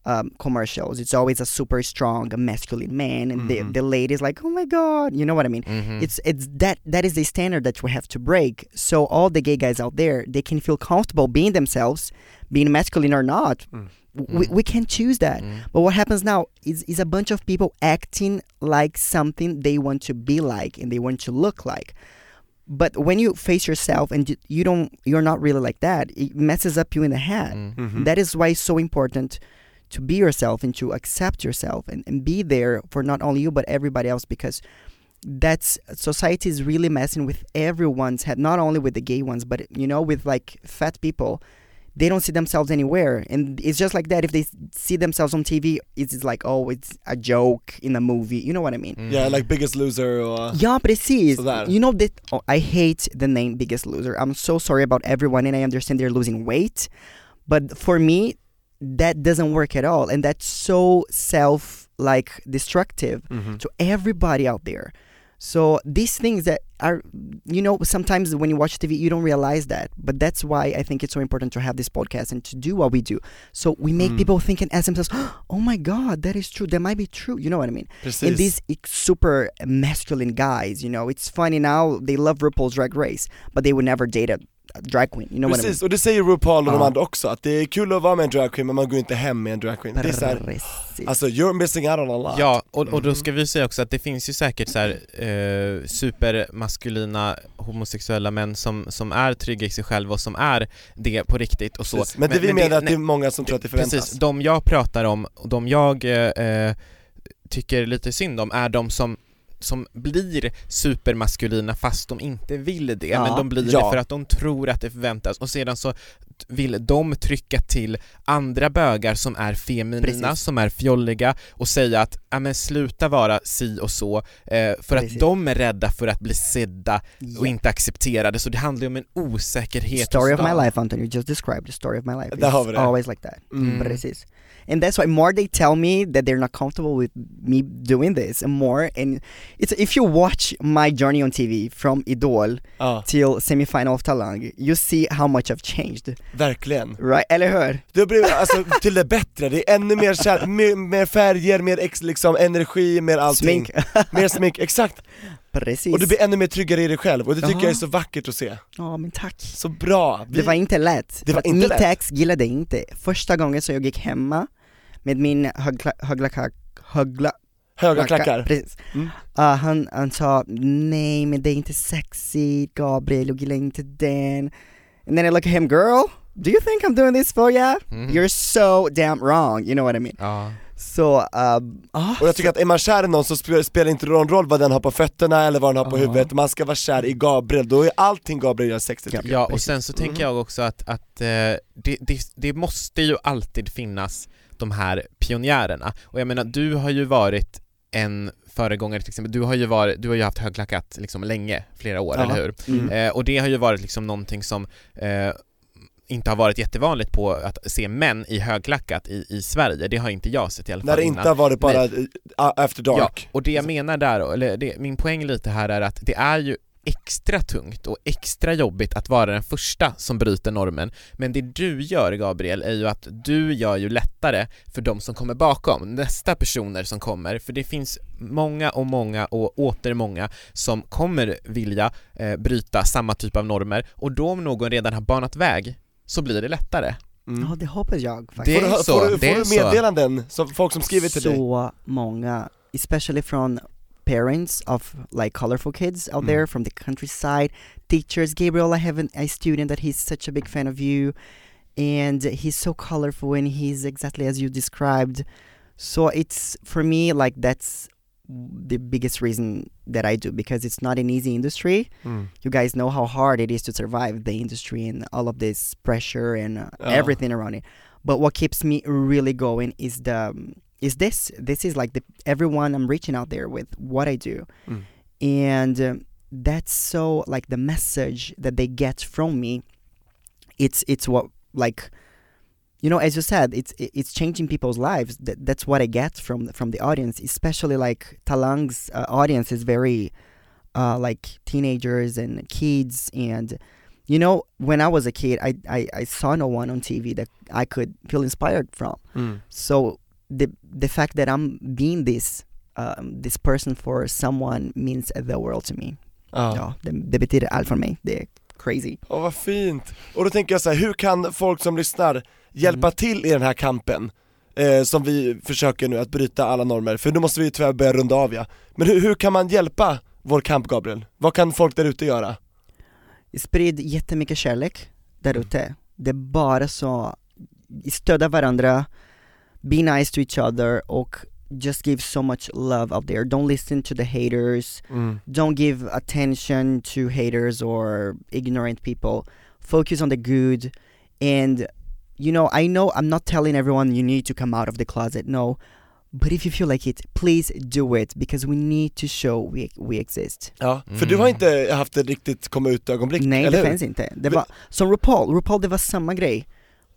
Speaker 5: um, commercials it's always a super strong masculine man and the, the lady's like oh my god you know what I mean it's it's that that is the standard that we have to break so all the gay guys out there they can feel comfortable being themselves being masculine or not we, we can choose that but what happens now is, is a bunch of people acting like something they want to be like and they want to look like but when you face yourself and you- you don't you're not really like that it messes up you in the head That is why it's so important to be yourself and to accept yourself and, and be there for not only you but everybody else because that's society is really messing with everyone's head not only with the gay ones but you know with like fat people they don't see themselves anywhere and it's just like that if they s- see themselves on tv it's just like oh it's a joke in a movie you know what i mean
Speaker 6: Ja, like biggest loser och...
Speaker 5: yeah, precis.
Speaker 6: Sådär.
Speaker 5: You know that oh, I hate the name Biggest Loser. I'm so sorry about everyone and I understand they're losing weight, but for me that doesn't work at all and that's so self like destructive to everybody out there. So these things that are you know sometimes when you watch TV you don't realize that, but that's why I think it's so important to have this podcast and to do what we do. So we make people think and ask themselves, "Oh my god, that is true. That might be true." You know what I mean?
Speaker 6: Precis.
Speaker 5: And these ex- e-, super masculine guys, you know, it's funny now, they love RuPaul's Drag Race, but they would never date a, a drag queen, you know
Speaker 6: Precis, och det säger RuPaul och de
Speaker 5: Ja.
Speaker 6: andra också, att det är kul att vara med en dragqueen men man går inte hem med en dragqueen.
Speaker 5: what
Speaker 6: Det
Speaker 5: I
Speaker 6: är så
Speaker 5: mean?
Speaker 6: här,
Speaker 5: Precis.
Speaker 6: alltså you're missing out on a lot.
Speaker 7: Ja, och, och då ska vi säga också att det finns ju säkert så här, eh, supermaskulina homosexuella män som, som är trygga i sig själva och som är det på riktigt och så
Speaker 6: Precis. Men det vi menar är att det är
Speaker 7: nej,
Speaker 6: många som tror att det förväntas.
Speaker 7: Precis, de jag pratar om och de jag eh, eh, tycker lite synd om är de som som blir supermaskulina fast de inte vill det,
Speaker 5: Ja.
Speaker 7: men de blir
Speaker 6: Ja.
Speaker 7: det för att de tror att det förväntas och sedan så t- vill de trycka till andra bögar som är feminina,
Speaker 5: Precis.
Speaker 7: som är fjolliga och säga att ja men sluta vara si och så eh, för
Speaker 5: Precis.
Speaker 7: att de är rädda för att bli sedda och
Speaker 5: Yeah.
Speaker 7: inte accepterade så det handlar ju om en osäkerhet
Speaker 5: Story
Speaker 7: hos
Speaker 5: of my
Speaker 7: dem.
Speaker 5: life, Anton. You just described the story of my life.
Speaker 6: Där har vi
Speaker 5: It's
Speaker 6: det.
Speaker 5: always like that.
Speaker 7: Mm.
Speaker 5: Precis. And that's why more they tell me that they're not comfortable with me doing this, and more. And it's if you watch my journey on TV from Idol
Speaker 6: Ja,
Speaker 5: till semifinal of Talang, you see how much I've changed,
Speaker 6: verkligen.
Speaker 5: right? Eller hur?
Speaker 6: Det har blivit, alltså till det bättre, det är ännu mer, kär, mer, mer färger, mer ex, liksom, energi, mer allting.
Speaker 5: Smink.
Speaker 6: Mer smink, exakt.
Speaker 5: Precis.
Speaker 6: Och du blir ännu mer tryggare i dig själv och det tycker
Speaker 5: Ja.
Speaker 6: jag är så vackert att se.
Speaker 5: Ja, men tack.
Speaker 6: Så bra.
Speaker 5: Det var inte lätt.
Speaker 6: Det var
Speaker 5: För att
Speaker 6: inte
Speaker 5: mitt
Speaker 6: lätt.
Speaker 5: ex gillade inte. Första gången som jag gick hemma med min högla, högla, högla, högla
Speaker 6: Höga klackar.
Speaker 5: Precis.
Speaker 6: Mm.
Speaker 5: Ah, han, han sa nej men det är inte sexy, Gabriel, jag gillar inte den. And then I look at him, girl, do you think I'm doing this for ya?
Speaker 6: Mhm.
Speaker 5: You're so damn wrong, you know what I mean?
Speaker 7: Ja.
Speaker 5: So, um, ah,
Speaker 6: Och jag tycker att är man kär i någon så sp- spelar inte någon roll vad den har på fötterna eller vad den har på huvudet, man ska vara kär i Gabriel, då är allting Gabriel gör sexigt
Speaker 5: Ja.
Speaker 6: tycker jag.
Speaker 7: Ja, och sen så
Speaker 6: Mm.
Speaker 7: tänker jag också att, att eh, det, det, det måste ju alltid finnas de här pionjärerna. Och jag menar, du har ju varit en föregångare till exempel, du har ju, varit, du har ju haft högklackat liksom länge, flera år,
Speaker 6: Ja.
Speaker 7: eller hur?
Speaker 5: Mm.
Speaker 7: Eh, och det har ju varit liksom någonting som eh, inte har varit jättevanligt på att se män i högklackat i, i Sverige, det har inte jag sett i alla fall
Speaker 6: När det
Speaker 7: innan.
Speaker 6: inte har varit bara eh, after dark.
Speaker 7: Ja, och det jag menar där, eller det, min poäng lite här är att det är ju extra tungt och extra jobbigt att vara den första som bryter normen. Men det du gör Gabriel är ju att du gör ju lättare för de som kommer bakom, nästa personer som kommer, för det finns många och många och åter många som kommer vilja eh, bryta samma typ av normer och då om någon redan har banat väg så blir det lättare.
Speaker 5: ja, det hoppas jag faktiskt.
Speaker 7: Det
Speaker 6: Får
Speaker 7: är
Speaker 6: du,
Speaker 7: så,
Speaker 6: får du,
Speaker 7: det är
Speaker 6: får du
Speaker 7: så.
Speaker 6: meddelanden, som, folk som skriver till
Speaker 5: so
Speaker 6: dig?
Speaker 5: många, especially from parents of like colorful kids
Speaker 6: Mm.
Speaker 5: out there from the countryside, teachers. Gabriel, I have an, a student that he's such a big fan of you, and he's so colorful and he's exactly as you described. So it's for me like that's the biggest reason that I do because it's not an easy industry. You guys know how hard it is to survive the industry and all of this pressure and uh,
Speaker 6: Yeah.
Speaker 5: everything around it. But what keeps me really going is the um, is this this is like the everyone I'm reaching out there with what I do, and um, that's so like the message that they get from me. It's it's what like you know as you said it's it- it's changing people's lives that, that's what i get from from the audience especially like talang's uh, audience is very uh, like teenagers and kids and you know when i was a kid I, I i saw no one on tv that i could feel inspired from
Speaker 6: Mm.
Speaker 5: so the the fact that i'm being this um, this person for someone means the world to me
Speaker 6: Oh.
Speaker 5: ja, det, det betyder allt för mig det är crazy
Speaker 6: Åh vad fint! Och då tänker jag så här, hur kan folk som lyssnar hjälpa till i den här kampen? Eh, som vi försöker nu att bryta alla normer, för nu måste vi tyvärr börja runda av ja. Men hur, hur kan man hjälpa vår kamp Gabriel? Vad kan folk där ute göra?
Speaker 5: sprid jättemycket kärlek där ute. Det är bara så, stödja varandra, be nice to each other och just give so much love out there. Don't listen to the haters, don't give attention to haters or ignorant people. Focus on the good and you know, I know I'm not telling everyone you need to come out of the closet, no. But if you feel like it, please do it because we need to show we, we exist.
Speaker 6: Ja, för du
Speaker 7: Mm.
Speaker 6: har inte haft ett riktigt komma ut-ögonblick,
Speaker 5: Nej
Speaker 6: eller
Speaker 5: det
Speaker 6: hur?
Speaker 5: finns inte. Det
Speaker 6: Men-
Speaker 5: var, som RuPaul, RuPaul det var samma grej.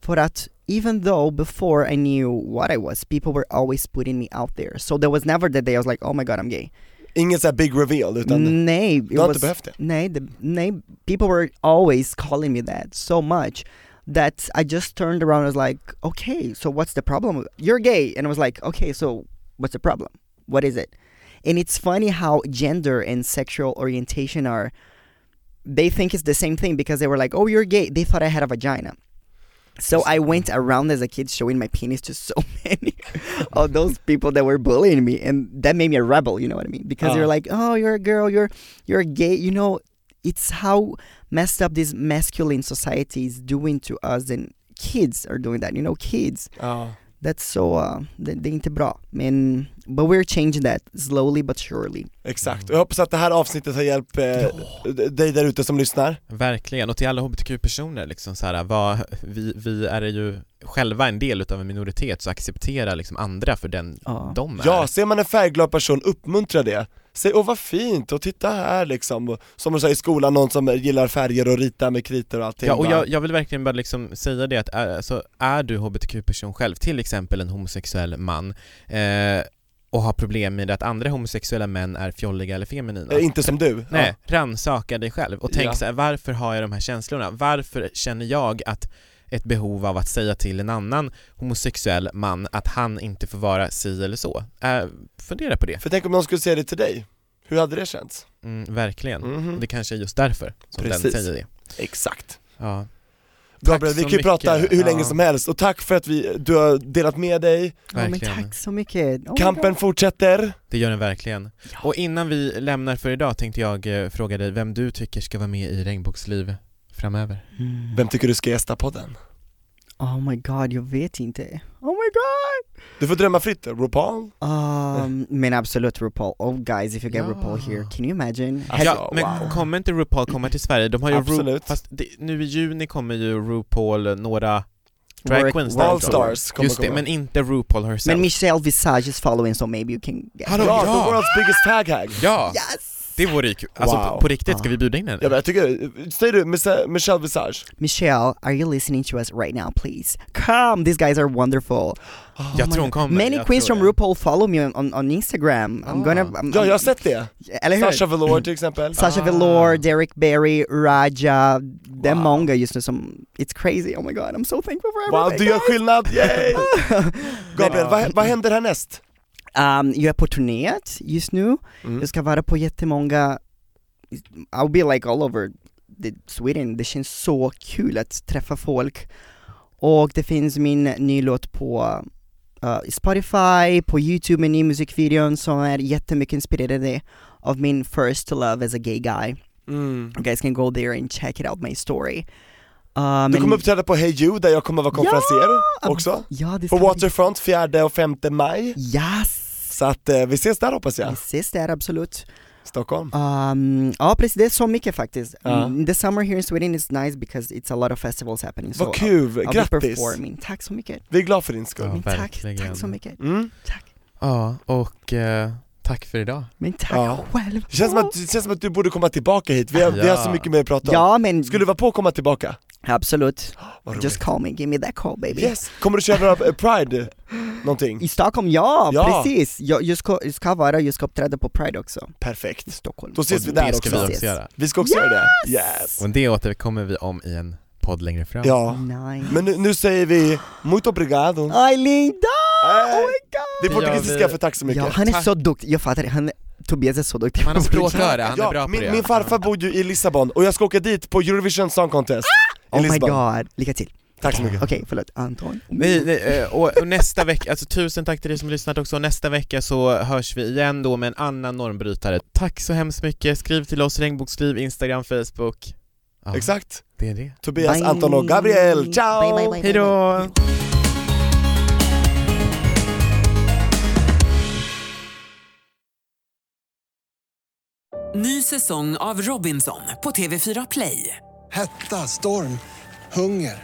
Speaker 5: För att even though before I knew what I was, people were always putting me out there. So there was never the day I was like oh my god I'm gay.
Speaker 6: Ingen så här big reveal, utan
Speaker 5: nej, it
Speaker 6: har inte behövt det.
Speaker 5: Nej, det, nej, people were always calling me that so much that I just turned around and was like okay so what's the problem? You're gay and I was like okay so what's the problem? What is it? And it's funny how gender and sexual orientation are they think it's the same thing because they were like, "Oh, you're gay." They thought I had a vagina. So I went around as a kid showing my penis to so many of those people that were bullying me, and that made me a rebel. You know what I mean? Because they're like, "Oh, you're a girl. You're you're gay." You know, it's how messed up this masculine society is doing to us, and kids are doing that. You know, kids.
Speaker 6: ja.
Speaker 5: That's so uh, det, det är inte bra. Men but we're changing that slowly but surely.
Speaker 6: Exakt, och jag hoppas att det här avsnittet har hjälpt eh, dig där ute som lyssnar
Speaker 7: Verkligen, och till alla hbtq-personer liksom så här, vad, vi, vi är ju själva en del utav en minoritet, så acceptera liksom andra för den
Speaker 5: Ja.
Speaker 7: de är.
Speaker 6: Ja, ser man en färgglad person, uppmuntra det. Säg åh vad fint, och titta här liksom. Och Som du säger i skolan, någon som gillar färger och ritar med kritor och allting.
Speaker 7: Ja, och
Speaker 6: bara.
Speaker 7: jag, jag vill verkligen bara liksom säga det att äh, alltså, är du hbtq-person själv, till exempel en homosexuell man, eh, och har problem med att andra homosexuella män är fjolliga eller feminina.
Speaker 6: Eh, Inte som du.
Speaker 7: Nej, rannsaka dig själv och tänk
Speaker 6: Ja.
Speaker 7: så här, varför har jag de här känslorna? Varför känner jag att ett behov av att säga till en annan homosexuell man att han inte får vara si eller så? Eh, fundera på det.
Speaker 6: Ja. För tänk om någon skulle säga det till dig. Hur hade det känts?
Speaker 7: Mm, verkligen.
Speaker 6: Mhm.
Speaker 7: Det kanske är just därför som den
Speaker 6: Precis.
Speaker 7: säger det.
Speaker 6: Exakt.
Speaker 7: Ja.
Speaker 6: Gabriel, vi
Speaker 7: så
Speaker 6: kan ju prata hur,
Speaker 7: mycket.
Speaker 6: hur länge
Speaker 7: Ja.
Speaker 6: som helst, och tack för att vi, du har delat med dig.
Speaker 5: Ja, men
Speaker 7: Verkligen.
Speaker 5: tack så mycket. Oh my
Speaker 6: Kampen fortsätter.
Speaker 7: Det gör den verkligen. Och innan vi lämnar för idag tänkte jag eh, fråga dig vem du tycker ska vara med i Regnbågsliv framöver.
Speaker 6: Vem tycker du ska gästa podden?
Speaker 5: Oh my god, jag vet inte. Oh my god!
Speaker 6: Du får drömma fritt, RuPaul.
Speaker 5: Um, men absolut RuPaul. Oh guys, if you get RuPaul here, can you imagine?
Speaker 6: Alltså,
Speaker 7: ja, men
Speaker 6: wow.
Speaker 7: kommer inte RuPaul komma till Sverige? De har ju Ru-
Speaker 6: Absolut.
Speaker 7: fast det, nu i juni kommer ju RuPaul eh, några drag
Speaker 5: Work-
Speaker 7: queens
Speaker 5: work-
Speaker 6: All
Speaker 7: därifrån.
Speaker 6: stars kommer
Speaker 7: Just det,
Speaker 6: komma.
Speaker 7: men inte RuPaul herself.
Speaker 5: Men Michelle Visage is following so maybe you can get
Speaker 7: Hallå,
Speaker 6: Ja, the
Speaker 7: ja!
Speaker 6: world's biggest tag hag.
Speaker 7: Ja!
Speaker 5: Yes!
Speaker 7: Det vore ju kul. Alltså
Speaker 6: Wow.
Speaker 7: på, på riktigt, ska vi bjuda in henne?
Speaker 6: Ja, men jag tycker, säger du Michelle- Michelle Visage?
Speaker 5: Michelle, are you listening to us right now please? Come, these guys are wonderful.
Speaker 7: jag tror hon
Speaker 6: Oh
Speaker 7: kommer.
Speaker 5: Many
Speaker 7: jag
Speaker 5: queens
Speaker 7: tror
Speaker 5: from
Speaker 7: det.
Speaker 5: RuPaul follow me on, on, on Instagram.
Speaker 6: Ah.
Speaker 5: I'm gonna... I'm,
Speaker 6: Ja, jag har sett det.
Speaker 5: Eller hur?
Speaker 6: Sasha Velour Ah. till exempel.
Speaker 5: Sasha Velour, Derek Barry, Raja, det är många just nu som, it's crazy, oh my god, I'm so thankful for
Speaker 6: Wow,
Speaker 5: everything.
Speaker 6: du gör skillnad, yay! Gabriel, vad, vad händer härnäst?
Speaker 5: Um, jag är på turnéet just nu,
Speaker 6: Mm.
Speaker 5: jag ska vara på jättemånga, I'll be like all over the Sweden, det känns så kul att träffa folk. Och det finns min ny låt på eh, Spotify, på Youtube, en ny musikvideo som är jättemycket inspirerad av min first love as a gay guy.
Speaker 6: Mm.
Speaker 5: You guys can go there and check it out my story. Uh,
Speaker 6: Du kommer uppträda på Hey You där jag kommer vara konferenser också.
Speaker 5: Ja, det
Speaker 6: På
Speaker 5: ska bli-
Speaker 6: Waterfront 4 och 5 maj.
Speaker 5: Yes!
Speaker 6: Så att eh, vi ses där hoppas
Speaker 5: Vi
Speaker 6: jag.
Speaker 5: ses där absolut.
Speaker 6: Stockholm.
Speaker 5: Um, ja precis, det är så mycket faktiskt.
Speaker 6: Ja.
Speaker 5: Mm, the summer here in Sweden is nice because it's a lot of festivals happening. so
Speaker 6: Vad kul,
Speaker 5: I'll, I'll be
Speaker 6: grattis!
Speaker 5: performing. Tack så mycket.
Speaker 6: Vi är glada för din skull.
Speaker 7: Ja,
Speaker 5: Men tack,
Speaker 7: verkligen.
Speaker 5: tack så mycket.
Speaker 6: Mm.
Speaker 5: Tack.
Speaker 7: Ja, och eh, tack för idag.
Speaker 5: Men tack
Speaker 6: Ja.
Speaker 5: själv.
Speaker 6: Det känns, som att, det känns som att du borde komma tillbaka hit, vi har, vi har
Speaker 7: Ja.
Speaker 6: så mycket mer att prata om.
Speaker 5: Ja men
Speaker 6: Skulle du vara på att komma tillbaka?
Speaker 5: absolut.
Speaker 6: Vad roligt.
Speaker 5: Just call me, give me that call baby.
Speaker 6: Yes! Kommer du köra några, eh, Pride, någonting?
Speaker 5: I Stockholm, ja,
Speaker 6: Ja.
Speaker 5: precis! Jag, jag, ska, jag ska vara, jag ska uppträda på Pride också, i
Speaker 6: Perfekt.
Speaker 5: Stockholm.
Speaker 6: Då ses
Speaker 7: Och
Speaker 6: vi där
Speaker 7: det
Speaker 6: också.
Speaker 7: ska vi
Speaker 5: Ses.
Speaker 7: också göra.
Speaker 6: Vi ska också göra det. Yes!
Speaker 7: Och det återkommer vi om i en podd längre fram.
Speaker 6: Ja.
Speaker 5: Nice.
Speaker 6: Men nu, nu säger vi muito obrigado.
Speaker 5: Ay linda! Oh my god!
Speaker 6: Det är
Speaker 7: Det gör vi.
Speaker 6: portugisiska för tack så mycket.
Speaker 5: Ja, han är
Speaker 7: Tack.
Speaker 5: så duktig, jag fattar, han, Tobias är så duktig
Speaker 7: Han har språkröra, han är
Speaker 6: Ja,
Speaker 7: bra på
Speaker 6: min,
Speaker 7: det.
Speaker 6: min farfar bor ju i Lissabon och jag ska åka dit på Eurovision Song Contest i
Speaker 5: Oh my
Speaker 6: Lissabon.
Speaker 5: god, lycka till!
Speaker 6: Tack så mycket.
Speaker 5: Okej, förlåt, Anton
Speaker 7: Nej, nej, eh, och och nästa vecka, alltså tusen tack till dig som har lyssnat också, nästa vecka så hörs vi igen då med en annan normbrytare. Tack så hemskt mycket, skriv till oss, regnbågsliv, Instagram, Facebook. Ja,
Speaker 6: Exakt.
Speaker 7: det är det.
Speaker 6: Tobias,
Speaker 5: Bye.
Speaker 6: Anton och Gabriel. Ciao!
Speaker 5: Bye, bye, bye, bye,
Speaker 7: Hej
Speaker 5: bye.
Speaker 7: då!
Speaker 1: Ny säsong av Robinson på TV4 Play.
Speaker 2: Hetta, storm, hunger.